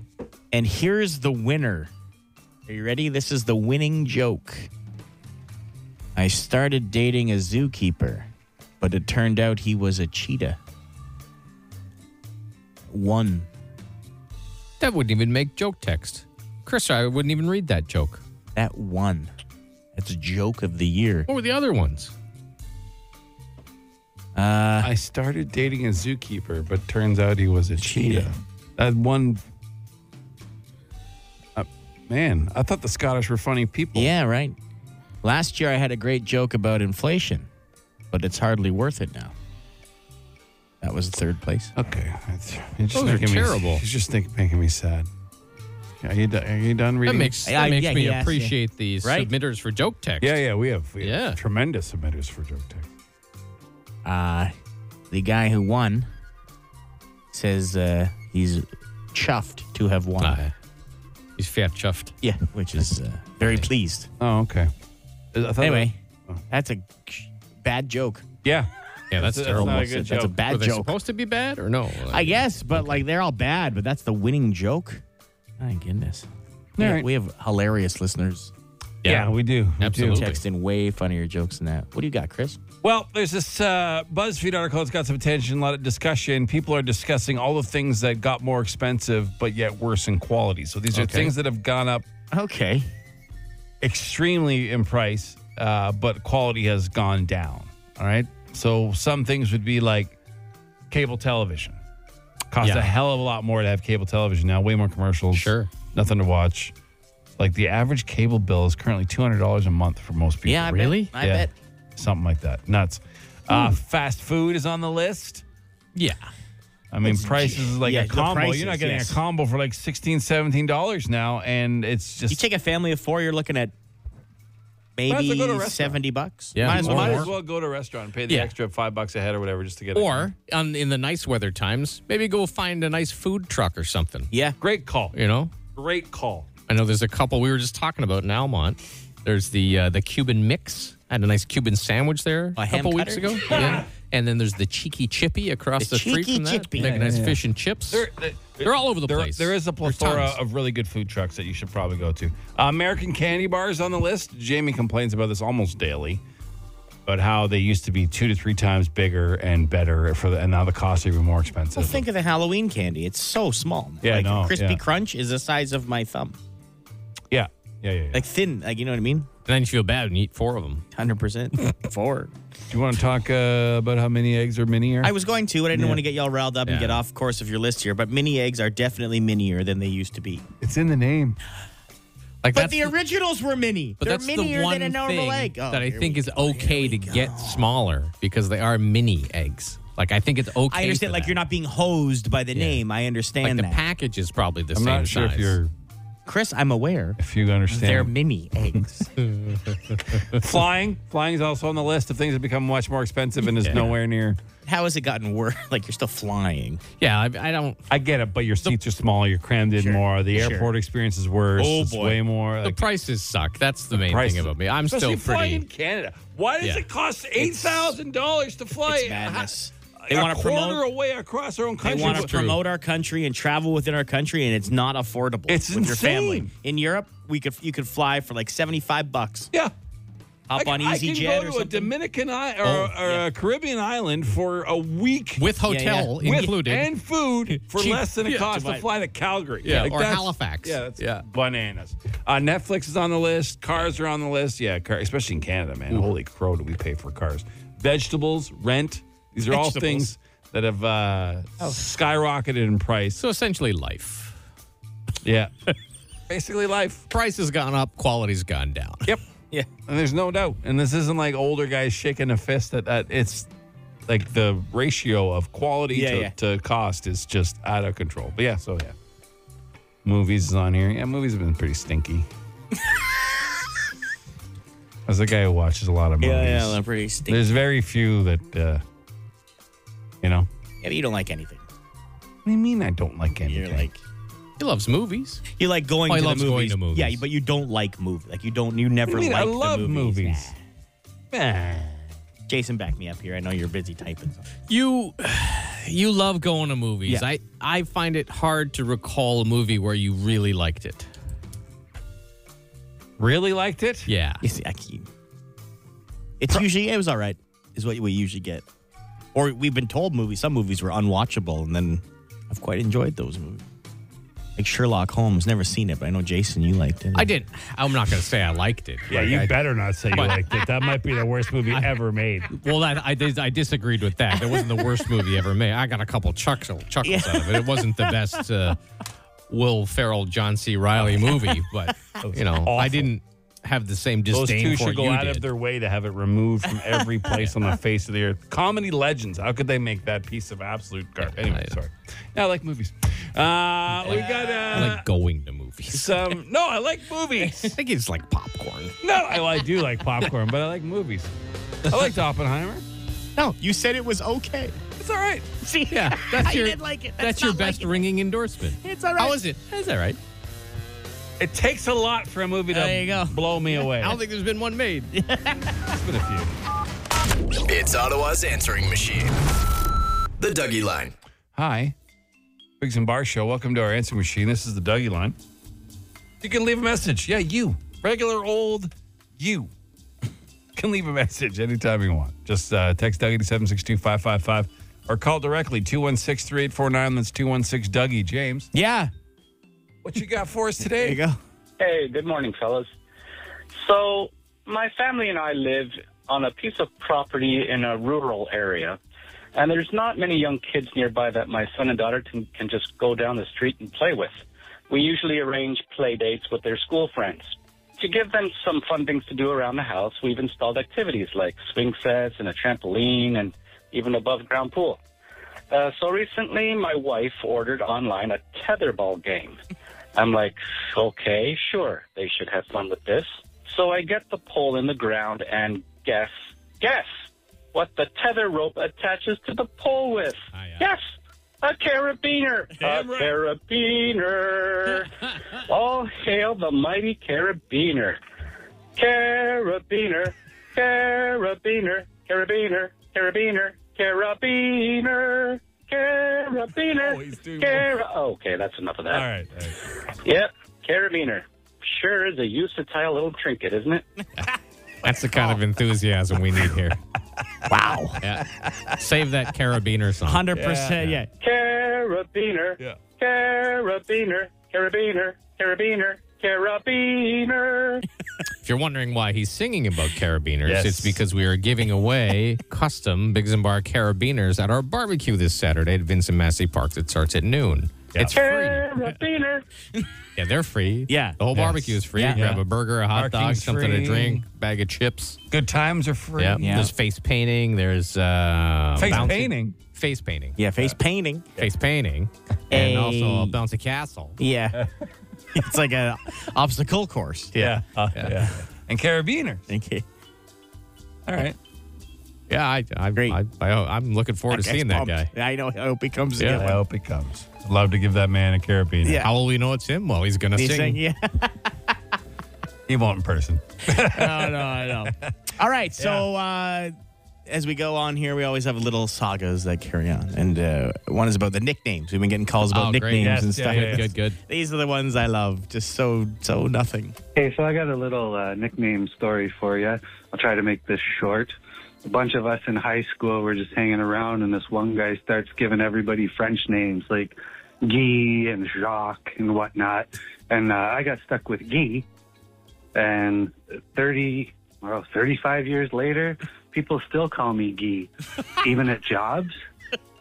Speaker 4: And here's the winner. Are you ready? This is the winning joke. I started dating a zookeeper, but it turned out he was a cheetah. One.
Speaker 3: That wouldn't even make joke text. Chris, I wouldn't even read that joke.
Speaker 4: That one. That's a joke of the year.
Speaker 3: What were the other ones?
Speaker 4: Uh,
Speaker 2: I started dating a zookeeper, but turns out he was a cheetah. That one. Uh, man, I thought the Scottish were funny people.
Speaker 4: Yeah, right. Last year I had a great joke about inflation, but it's hardly worth it now. That was third place.
Speaker 2: Okay. It's, it's just
Speaker 3: Those are
Speaker 2: making me-
Speaker 3: terrible.
Speaker 2: it's just think, making me sad. Are you, do- are you done reading?
Speaker 3: That makes, that makes me appreciate the
Speaker 2: Right?
Speaker 3: submitters for joke text.
Speaker 2: Yeah, yeah, we have, we have
Speaker 3: Yeah.
Speaker 2: tremendous submitters for joke tech.
Speaker 4: Uh, the guy who won says uh, he's chuffed to have won.
Speaker 3: Ah, he's fat chuffed.
Speaker 4: Yeah, which is uh, very pleased.
Speaker 2: Oh, okay. I thought
Speaker 4: Anyway, that's a g- bad joke.
Speaker 2: Yeah.
Speaker 3: Yeah, that's, terrible.
Speaker 4: That's, a bad
Speaker 3: Were they
Speaker 4: joke.
Speaker 3: supposed to be bad or no?
Speaker 4: I guess, but like they're all bad, but that's the winning joke. My goodness.
Speaker 2: All
Speaker 4: Yeah,
Speaker 2: right.
Speaker 4: We have hilarious listeners.
Speaker 2: Yeah, we do. We
Speaker 4: Absolutely.
Speaker 2: do.
Speaker 4: Text in way funnier jokes than that. What do you got, Chris?
Speaker 2: Well, there's this uh, BuzzFeed article that's got some attention, a lot of discussion. People are discussing all the things that got more expensive, but yet worse in quality. So these are
Speaker 4: Okay.
Speaker 2: things that have gone up
Speaker 4: Okay.
Speaker 2: extremely in price, uh, but quality has gone down. All right. So some things would be like cable television. Cost
Speaker 3: Yeah.
Speaker 2: a hell of a lot more to have cable television now, way more commercials. Sure. Nothing to watch. Like the average cable bill is currently $200 a month for most people.
Speaker 4: Yeah, I bet. Really? I bet.
Speaker 2: Something like that. Nuts. Uh, fast food is on the list.
Speaker 3: Yeah.
Speaker 2: I mean,
Speaker 4: It's-
Speaker 2: prices like
Speaker 4: yeah,
Speaker 2: a
Speaker 4: the
Speaker 2: combo.
Speaker 4: prices,
Speaker 2: You're not getting
Speaker 4: yes.
Speaker 2: a combo for like $16, $17 now. And it's just.
Speaker 4: You take a family of four, you're looking at
Speaker 2: Might as well go to a
Speaker 4: maybe
Speaker 2: restaurant.
Speaker 4: 70 bucks.
Speaker 3: Yeah,
Speaker 4: Might as
Speaker 2: Or
Speaker 4: well.
Speaker 2: might as well go to a restaurant and pay the
Speaker 3: Yeah.
Speaker 2: extra five bucks a head or whatever just to get it.
Speaker 3: Or on, in the nice weather times, maybe go find a nice food truck or something.
Speaker 4: Yeah.
Speaker 2: Great call.
Speaker 3: You know,
Speaker 2: Great call.
Speaker 3: I know there's a couple we were just talking about in Almont. There's the uh, the Cuban mix. I had a nice Cuban sandwich there a
Speaker 4: ham
Speaker 3: couple weeks
Speaker 4: cutter?
Speaker 3: ago. yeah. And then there's the cheeky chippy across the,
Speaker 4: The
Speaker 3: street
Speaker 4: Cheeky
Speaker 3: from that.
Speaker 4: Chippy.
Speaker 3: Make a
Speaker 4: Yeah,
Speaker 3: nice
Speaker 4: yeah,
Speaker 3: fish and chips. They're, all over the
Speaker 2: There-
Speaker 3: place.
Speaker 2: There is a
Speaker 3: There's
Speaker 2: plethora
Speaker 3: tons.
Speaker 2: of really good food trucks that you should probably go to. Uh, American Candy Bar is on the list. Jamie complains about this almost daily, about how they used to be two to three times bigger and better, for the, and now the costs are even more expensive.
Speaker 4: Well, think of the Halloween candy. It's so small.
Speaker 2: Yeah, I
Speaker 4: like
Speaker 2: know,
Speaker 4: crispy
Speaker 2: yeah.
Speaker 4: crunch is the size of my thumb.
Speaker 2: yeah. yeah, yeah, yeah.
Speaker 4: Like thin, like you know what I mean?
Speaker 3: And then you feel bad when you eat four of them.
Speaker 4: 100% four.
Speaker 2: Do you want to talk uh, about how many eggs are minier?
Speaker 4: I was going to, but I didn't
Speaker 2: Yeah.
Speaker 4: want to get y'all riled up and
Speaker 3: Yeah.
Speaker 4: get off course of your list here. But mini eggs are definitely minier than they used to be.
Speaker 2: it's in the name.
Speaker 3: Like
Speaker 4: But
Speaker 3: that's
Speaker 4: the originals were mini.
Speaker 3: But
Speaker 4: They're
Speaker 3: that's
Speaker 4: minier
Speaker 3: the one
Speaker 4: than a normal
Speaker 3: thing
Speaker 4: egg. Oh,
Speaker 3: that I
Speaker 4: here
Speaker 3: think
Speaker 4: we
Speaker 3: is okay to get smaller because they are mini eggs. Like I think it's okay.
Speaker 4: I understand.
Speaker 3: for
Speaker 4: Like
Speaker 3: that.
Speaker 4: you're not being hosed by the name. I
Speaker 3: Like
Speaker 4: understand
Speaker 3: the
Speaker 4: that.
Speaker 3: package is probably the
Speaker 2: I'm
Speaker 3: same
Speaker 2: not sure
Speaker 3: size.
Speaker 2: if you're
Speaker 4: Chris, I'm aware.
Speaker 2: if you understand.
Speaker 4: They're mini eggs.
Speaker 2: flying, flying is also on the list of things that become much more expensive and is
Speaker 3: Yeah.
Speaker 2: nowhere near.
Speaker 4: How has it gotten worse? Like you're still flying.
Speaker 3: yeah, I, I don't.
Speaker 2: I get it, but your seats are smaller. You're crammed in more. The
Speaker 4: sure.
Speaker 2: airport experience is worse.
Speaker 3: Oh,
Speaker 2: it's
Speaker 3: boy.
Speaker 2: way more.
Speaker 3: The
Speaker 2: Like,
Speaker 3: prices suck. That's the, main
Speaker 2: prices-
Speaker 3: thing about me. I'm still
Speaker 2: especially flying
Speaker 3: pretty.
Speaker 2: in Canada. Why does
Speaker 3: Yeah.
Speaker 2: it cost eight thousand dollars to fly?
Speaker 4: It's madness.
Speaker 2: a-
Speaker 4: They
Speaker 2: a
Speaker 4: wanna
Speaker 2: quarter
Speaker 4: promote-
Speaker 2: away across our own
Speaker 4: They
Speaker 2: country.
Speaker 4: want to
Speaker 2: But-
Speaker 4: promote our country and travel within our country, and it's not affordable.
Speaker 2: It's
Speaker 4: with your family.
Speaker 2: insane.
Speaker 4: In Europe, we could you could fly for like seventy five bucks.
Speaker 2: Yeah.
Speaker 4: Hop
Speaker 2: I,
Speaker 4: on
Speaker 2: I
Speaker 4: EasyJet
Speaker 2: can go
Speaker 4: or
Speaker 2: to a
Speaker 4: something.
Speaker 2: Dominican I- or,
Speaker 4: Oh,
Speaker 2: or a Caribbean island for a week
Speaker 3: with
Speaker 4: yeah.
Speaker 3: hotel
Speaker 2: with-
Speaker 3: included.
Speaker 2: and food for
Speaker 3: Cheap.
Speaker 2: less than it
Speaker 3: Yeah.
Speaker 2: costs to
Speaker 3: Divide-
Speaker 2: fly to Calgary.
Speaker 3: Yeah, or
Speaker 2: that's-
Speaker 3: Halifax.
Speaker 2: Yeah, that's
Speaker 3: Yeah.
Speaker 2: bananas. Uh, Netflix is on the list. Cars are on the list. Yeah, car, especially in Canada, man. Holy crow, do we pay for cars? Vegetables, rent. These are all
Speaker 4: Vegetables.
Speaker 2: things that have uh,
Speaker 3: Oh.
Speaker 2: skyrocketed in price.
Speaker 3: so essentially, life.
Speaker 2: Yeah, basically life.
Speaker 3: Price has gone up. Quality's gone down.
Speaker 2: Yep,
Speaker 4: Yeah.
Speaker 2: and there's no doubt. And this isn't like older guys shaking a fist at that. It's like the ratio of quality
Speaker 4: Yeah,
Speaker 2: to,
Speaker 4: yeah.
Speaker 2: to cost is just out of control. But yeah, so yeah. Movies is on here. Yeah, movies have been pretty stinky. As a guy who watches a lot of movies,
Speaker 4: Yeah, yeah, they're pretty stinky.
Speaker 2: there's very few that, uh, you know.
Speaker 4: Yeah, but you don't like anything.
Speaker 2: What do you mean I don't like anything?
Speaker 4: You're like
Speaker 3: He loves movies.
Speaker 4: you like going
Speaker 3: Oh, he
Speaker 4: to the
Speaker 3: loves
Speaker 4: movies.
Speaker 3: going to movies.
Speaker 4: Yeah, but you don't like movies. Like you don't. You never
Speaker 2: What do you mean?
Speaker 4: like
Speaker 2: I love
Speaker 4: the movies.
Speaker 2: movies.
Speaker 4: Nah.
Speaker 2: Man.
Speaker 4: Jason, back me up here. I know you're busy typing. Something.
Speaker 3: You you love going to movies.
Speaker 4: Yeah.
Speaker 3: I I find it hard to recall a movie where you really liked it.
Speaker 2: Really liked it?
Speaker 3: Yeah.
Speaker 4: You see, I keep. It's usually it was all right. Is what we usually get. Or we've been told movies. Some movies were unwatchable, and then I've quite enjoyed those movies. Like Sherlock Holmes. Never seen it, but I know Jason, you liked it.
Speaker 3: I didn't. I'm not going to say I liked it.
Speaker 2: Yeah,
Speaker 3: Like,
Speaker 2: you
Speaker 3: I-
Speaker 2: better not say you liked it. That might be the worst movie ever made.
Speaker 3: Well, that, I dis- I disagreed with that. That wasn't the worst movie ever made. I got a couple chuckles chuckles out of it. It wasn't the best uh, Will Ferrell, John C. Riley movie, but you know, I didn't. have the same disdain
Speaker 2: Those two
Speaker 3: for
Speaker 2: should
Speaker 3: it
Speaker 2: go
Speaker 3: you
Speaker 2: out
Speaker 3: did.
Speaker 2: of their way to have it removed from every place on the face of the earth. Comedy legends. How could they make that piece of absolute garbage? Anyway,
Speaker 3: uh,
Speaker 2: sorry. Yeah, I like movies. Uh, we got
Speaker 3: I
Speaker 2: uh,
Speaker 3: like going to movies.
Speaker 2: some. No, I like movies. I
Speaker 3: think it's like popcorn.
Speaker 2: No, I, I do like popcorn, but I like movies. I liked Oppenheimer.
Speaker 4: No, you said it was okay.
Speaker 2: It's all right.
Speaker 4: See,
Speaker 3: yeah,
Speaker 4: I
Speaker 3: that's your
Speaker 4: didn't like it.
Speaker 3: That's,
Speaker 4: That's
Speaker 3: your
Speaker 4: not
Speaker 3: best ringing endorsement.
Speaker 4: It's all right.
Speaker 3: How is it? It's all right.
Speaker 2: It takes a lot for a movie to
Speaker 3: There you go.
Speaker 2: blow me away.
Speaker 3: I don't think there's been one made.
Speaker 2: There's been a few.
Speaker 6: It's Ottawa's answering machine. The Dougie Line.
Speaker 2: Hi. Briggs and Bar Show. Welcome to our answer machine. This is the Dougie line. You can leave a message. Yeah, you. Regular old you. can leave a message anytime you want. Just uh, text Dougie to 762-555 or call directly 216-3849. That's 216 Dougie James.
Speaker 4: Yeah.
Speaker 2: What you got for us today?
Speaker 4: There you go.
Speaker 16: Hey, good morning, fellas.
Speaker 10: So, my family and I live on a piece of property in a rural area. And there's not many young kids nearby that my son and daughter can, can just go down the street and play with. We usually arrange play dates with their school friends. To give them some fun things to do around the house, we've installed activities like swing sets and a trampoline and even above ground pool. Uh, so recently, my wife ordered online a tetherball game. I'm like, okay, sure, they should have fun with this. So I get the pole in the ground and guess, guess what the tether rope attaches to the pole with. Yes, a carabiner.
Speaker 15: Damn
Speaker 10: a
Speaker 15: right.
Speaker 10: carabiner. All hail the mighty carabiner. Carabiner, carabiner, carabiner, carabiner, carabiner, carabiner. Cara- okay, that's enough of that.
Speaker 2: All right.
Speaker 10: Yep, carabiner. Sure is a usatile little trinket, isn't it?
Speaker 3: That's the kind of enthusiasm we need here. wow. Yeah. Save that carabiner song.
Speaker 4: 100%, yeah.
Speaker 10: Carabiner. Carabiner. Carabiner. Carabiner. Carabiner.
Speaker 3: If you're wondering why he's singing about carabiners,
Speaker 2: Yes.
Speaker 3: it's because we are giving away custom Biggs and Bar carabiners at our barbecue this Saturday at Vincent Massey Park that starts at noon. It's free.
Speaker 10: Carabiner.
Speaker 3: Yeah, they're free.
Speaker 4: Yeah.
Speaker 3: The whole barbecue is free.
Speaker 4: Yeah.
Speaker 3: You grab
Speaker 2: Yeah.
Speaker 3: a burger, a hot
Speaker 2: Parking's
Speaker 3: dog, something
Speaker 2: free.
Speaker 3: to drink, bag of chips.
Speaker 2: Good times are free.
Speaker 3: Yeah. There's face painting. There's uh,
Speaker 2: Face
Speaker 3: bouncy-
Speaker 2: painting.
Speaker 3: Face painting.
Speaker 4: Yeah, face painting.
Speaker 3: Face painting. And also I'll
Speaker 4: Hey.
Speaker 3: bounce a castle.
Speaker 4: Yeah. it's like an obstacle course.
Speaker 2: Yeah. Uh, yeah. And carabiners.
Speaker 4: Thank you.
Speaker 2: All right.
Speaker 3: Yeah, I, I, Great. I, I, oh, I'm looking forward to seeing that guy.
Speaker 4: I know. I hope he comes
Speaker 3: Yeah.
Speaker 4: again.
Speaker 2: I hope it comes. I'd love to give that man a carabiner.
Speaker 4: Yeah.
Speaker 3: How will we know it's him? Well, he's going to
Speaker 4: He's
Speaker 3: sing.
Speaker 4: saying, yeah.
Speaker 2: He won't in person.
Speaker 4: no, no, I know. All right. So uh, as we go on here, we always have little sagas that carry on. And uh, one is about the nicknames. We've been getting calls about
Speaker 3: Oh, great.
Speaker 4: nicknames
Speaker 3: Yes,
Speaker 4: and
Speaker 3: yeah,
Speaker 4: stuff.
Speaker 3: yeah, Good, good.
Speaker 4: These are the ones I love. Just so, so nothing.
Speaker 17: Hey, so I got a little uh, nickname story for you. I'll try to make this short. A bunch of us in high school were just hanging around, and this one guy starts giving everybody French names like Guy and Jacques and whatnot. And uh, I got stuck with Guy. And 30, well, 35 years later, people still call me Guy, even at jobs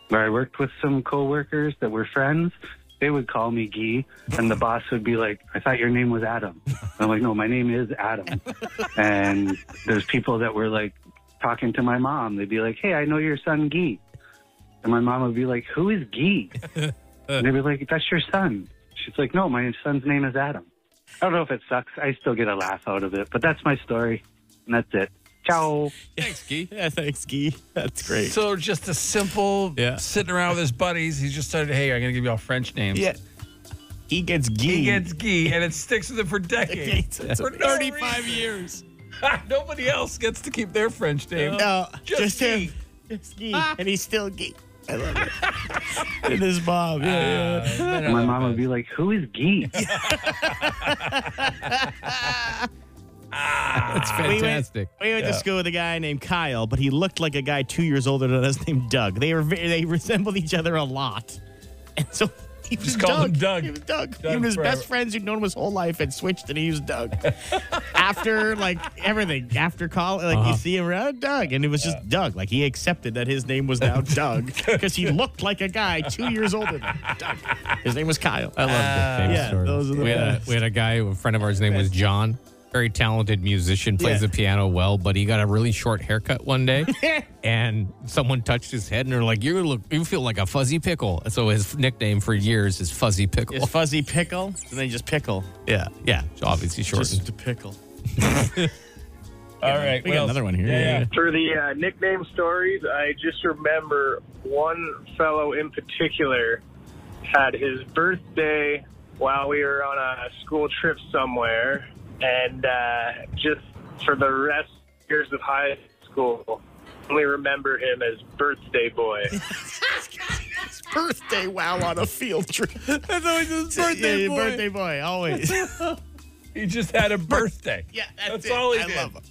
Speaker 17: where I worked with some coworkers that were friends. They would call me Guy, and the boss would be like, "I thought your name was Adam." And I'm like, "No, my name is Adam." And there's people that were like talking to my mom. They'd be like, "Hey, I know your son Guy," and my mom would be like, "Who is Guy?" And they'd be like, "That's your son." She's like, "No, my son's name is Adam." I don't know if it sucks. I still get a laugh out of it, but that's my story, and that's it. Ciao.
Speaker 2: Thanks, Gee.
Speaker 4: Yeah, thanks, Guy. That's great.
Speaker 2: So just a simple
Speaker 4: Yeah.
Speaker 2: sitting around with his buddies. He just started, hey, I'm going to give you all French names.
Speaker 4: yeah. He gets Guy.
Speaker 2: He gets Gee, and it sticks with him for decades.
Speaker 4: Decades.
Speaker 2: for
Speaker 4: 35 years.
Speaker 2: Nobody else gets to keep their French name.
Speaker 4: No,
Speaker 2: Just
Speaker 4: just,
Speaker 2: Guy.
Speaker 4: him. Just Guy. And he's still Guy. I love it. and his mom. Yeah, yeah.
Speaker 17: And
Speaker 2: uh,
Speaker 17: my mom would be like, "Who is Guy?"
Speaker 3: It's fantastic.
Speaker 4: Ah, We went to school with a guy named Kyle, but he looked like a guy two years older than us named Doug. They were ve- they resembled each other a lot, and so he was
Speaker 2: Just call him Doug.
Speaker 4: He was Doug.
Speaker 2: Doug
Speaker 4: he was his
Speaker 2: forever.
Speaker 4: best friends who'd known him his whole life and switched, and he was Doug. after like everything, after college, like
Speaker 2: Uh-huh.
Speaker 4: you see him around Doug, and it was just Doug. Like he accepted that his name was now Doug because he looked like a guy two years older than Doug. His name was Kyle.
Speaker 3: I love the
Speaker 4: uh, yeah,
Speaker 3: stories.
Speaker 4: those are the
Speaker 3: we, had a,
Speaker 4: best.
Speaker 3: we had a guy, a friend of ours, name was John, very talented musician, plays
Speaker 15: Yeah.
Speaker 3: the piano well, but he got a really short haircut one day, and someone touched his head, and they're like, "You look, you feel like a fuzzy pickle." So his nickname for years is Fuzzy Pickle.
Speaker 4: Is fuzzy pickle? And then just pickle.
Speaker 3: Yeah, yeah. So obviously shortened.
Speaker 4: Just a pickle.
Speaker 18: All right,
Speaker 4: we
Speaker 18: what
Speaker 4: got
Speaker 18: else?
Speaker 4: another one here.
Speaker 18: Yeah,
Speaker 4: Yeah.
Speaker 18: yeah. For the uh, nickname stories, I just remember one fellow in particular had his birthday while we were on a school trip somewhere, and uh, just for the rest years of high school, we remember him as Birthday Boy.
Speaker 4: birthday wow on a field trip. That's always his
Speaker 15: birthday boy.
Speaker 4: Birthday boy, always.
Speaker 2: he just had a birthday.
Speaker 4: yeah, that's,
Speaker 2: That's
Speaker 4: it.
Speaker 2: all he
Speaker 4: I
Speaker 2: did.
Speaker 4: love him.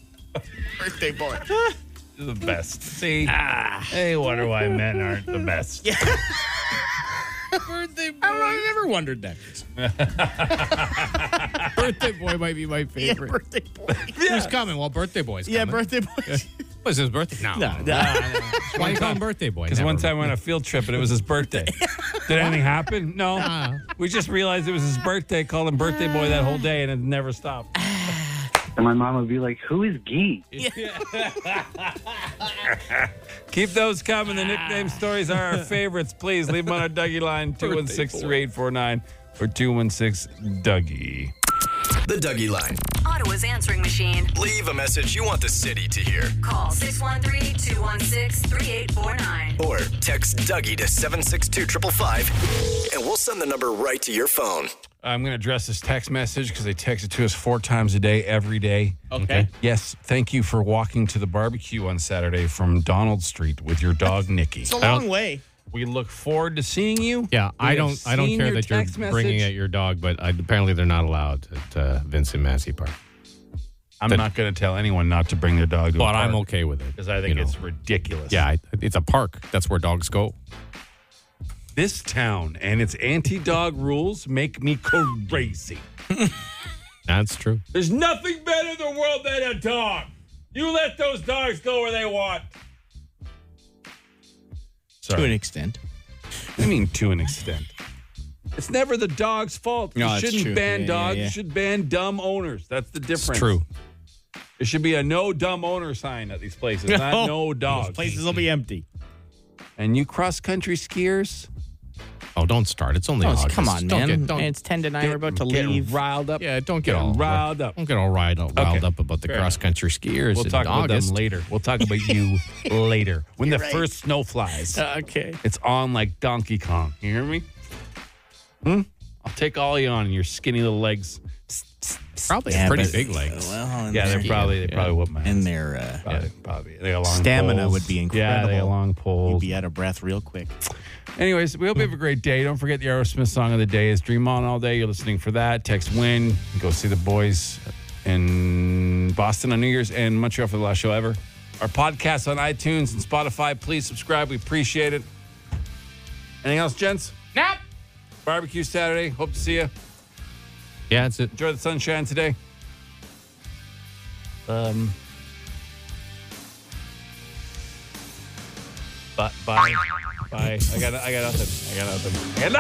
Speaker 4: Birthday boy.
Speaker 2: the best. See,
Speaker 4: Ah.
Speaker 2: hey, wonder why men aren't the best.
Speaker 4: birthday boy. I don't know, I never wondered that.
Speaker 3: birthday boy might be my favorite.
Speaker 4: birthday boy.
Speaker 3: Who's coming? Well, birthday boy's coming.
Speaker 4: Yeah, birthday boy.
Speaker 3: Was his birthday? No.
Speaker 4: No, no.
Speaker 3: Why you call him birthday boy?
Speaker 2: Because one time we went on a field trip and it was his birthday. Did anything happen? No.
Speaker 4: Uh,
Speaker 2: We just realized it was his birthday, called him birthday boy that whole day, and it never stopped.
Speaker 17: And my mom would be like, "Who is Gee?"
Speaker 2: Keep those coming. The nickname stories are our favorites. Please leave them on our Dougie line 216 3849 or 216 Dougie.
Speaker 6: The Dougie Line.
Speaker 1: Ottawa's answering machine.
Speaker 6: Leave a message you want the city to hear.
Speaker 1: Call 613-216-3849.
Speaker 6: Or text Dougie to 762 555 and we'll send the number right to your phone.
Speaker 2: I'm going to address this text message because they text it to us four times a day, every day. Okay. Yes. Thank you for walking to the barbecue on Saturday from Donald Street with your dog, Nikki.
Speaker 4: It's a long way.
Speaker 2: We look forward to seeing you.
Speaker 3: Yeah,
Speaker 2: We
Speaker 3: I
Speaker 2: have
Speaker 3: don't. I don't
Speaker 2: seen
Speaker 3: care
Speaker 2: your
Speaker 3: that you're
Speaker 2: text
Speaker 3: bringing
Speaker 2: message.
Speaker 3: out your dog, but I, apparently they're not allowed at uh, Vincent Massey Park.
Speaker 2: I'm not going to tell anyone not to bring their dog to a
Speaker 3: But I'm
Speaker 2: park,
Speaker 3: okay with it.
Speaker 2: Because I think it's ridiculous.
Speaker 3: Yeah, I, it's a park. That's where dogs go.
Speaker 2: This town and its anti dog rules make me crazy.
Speaker 3: That's true.
Speaker 2: There's nothing better in the world than a dog. You let those dogs go where they want.
Speaker 4: To an extent.
Speaker 2: I mean, to an extent. It's never the dog's fault.
Speaker 4: No,
Speaker 2: you
Speaker 4: that's
Speaker 2: shouldn't
Speaker 4: true.
Speaker 2: ban
Speaker 4: Yeah, yeah,
Speaker 2: dogs.
Speaker 4: yeah.
Speaker 2: You should ban dumb owners. That's the difference.
Speaker 3: true.
Speaker 2: There should be a no dumb owner sign at these places.
Speaker 4: No.
Speaker 2: Not no dogs.
Speaker 4: Those places will be empty.
Speaker 2: And you cross country skiers?
Speaker 3: Oh, don't start. It's only
Speaker 4: Oh, it's-
Speaker 3: August.
Speaker 4: come on,
Speaker 3: Don't
Speaker 4: man.
Speaker 3: get- don't-
Speaker 4: it's 10 to 9.
Speaker 3: get-
Speaker 4: We're about to
Speaker 3: get
Speaker 4: leave.
Speaker 2: Riled up.
Speaker 3: Yeah, don't get
Speaker 2: Get
Speaker 3: all
Speaker 2: riled up.
Speaker 3: Don't get all riled, up- riled up about the
Speaker 2: Fair
Speaker 3: cross country skiers.
Speaker 2: We'll
Speaker 3: in
Speaker 2: talk about
Speaker 3: August.
Speaker 2: them later. We'll talk about you later when
Speaker 4: You're
Speaker 2: the
Speaker 4: right.
Speaker 2: first snow flies.
Speaker 4: okay.
Speaker 2: It's on like Donkey Kong. You hear me? Hmm? I'll take all you on and your skinny little legs.
Speaker 3: Probably
Speaker 4: Yeah,
Speaker 3: pretty
Speaker 4: but-
Speaker 3: big legs.
Speaker 4: Well, and
Speaker 2: Yeah, they're
Speaker 4: their-
Speaker 2: probably they probably whoop my ass.
Speaker 4: And their uh,
Speaker 2: Probably, probably. They got long
Speaker 4: stamina
Speaker 2: poles.
Speaker 4: would be
Speaker 2: Yeah,
Speaker 4: incredible.
Speaker 2: they got long
Speaker 4: you'd
Speaker 2: poles.
Speaker 4: be out of breath real quick.
Speaker 2: Anyways, we hope you have a great day. Don't forget the Aerosmith song of the day is "Dream On" all day. You're listening for that. Text win. Go see the boys in Boston on New Year's and Montreal for the last show ever. Our podcast on iTunes and Spotify. Please subscribe. We appreciate it. Anything else, gents? Nope. Barbecue Saturday. Hope to see you.
Speaker 3: Yeah, that's it.
Speaker 2: Enjoy the sunshine today. Um. But bye, bye. I got, I got nothing. I got nothing. I got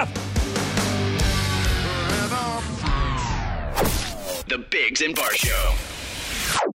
Speaker 2: nothing.
Speaker 6: The Biggs and Bar Show.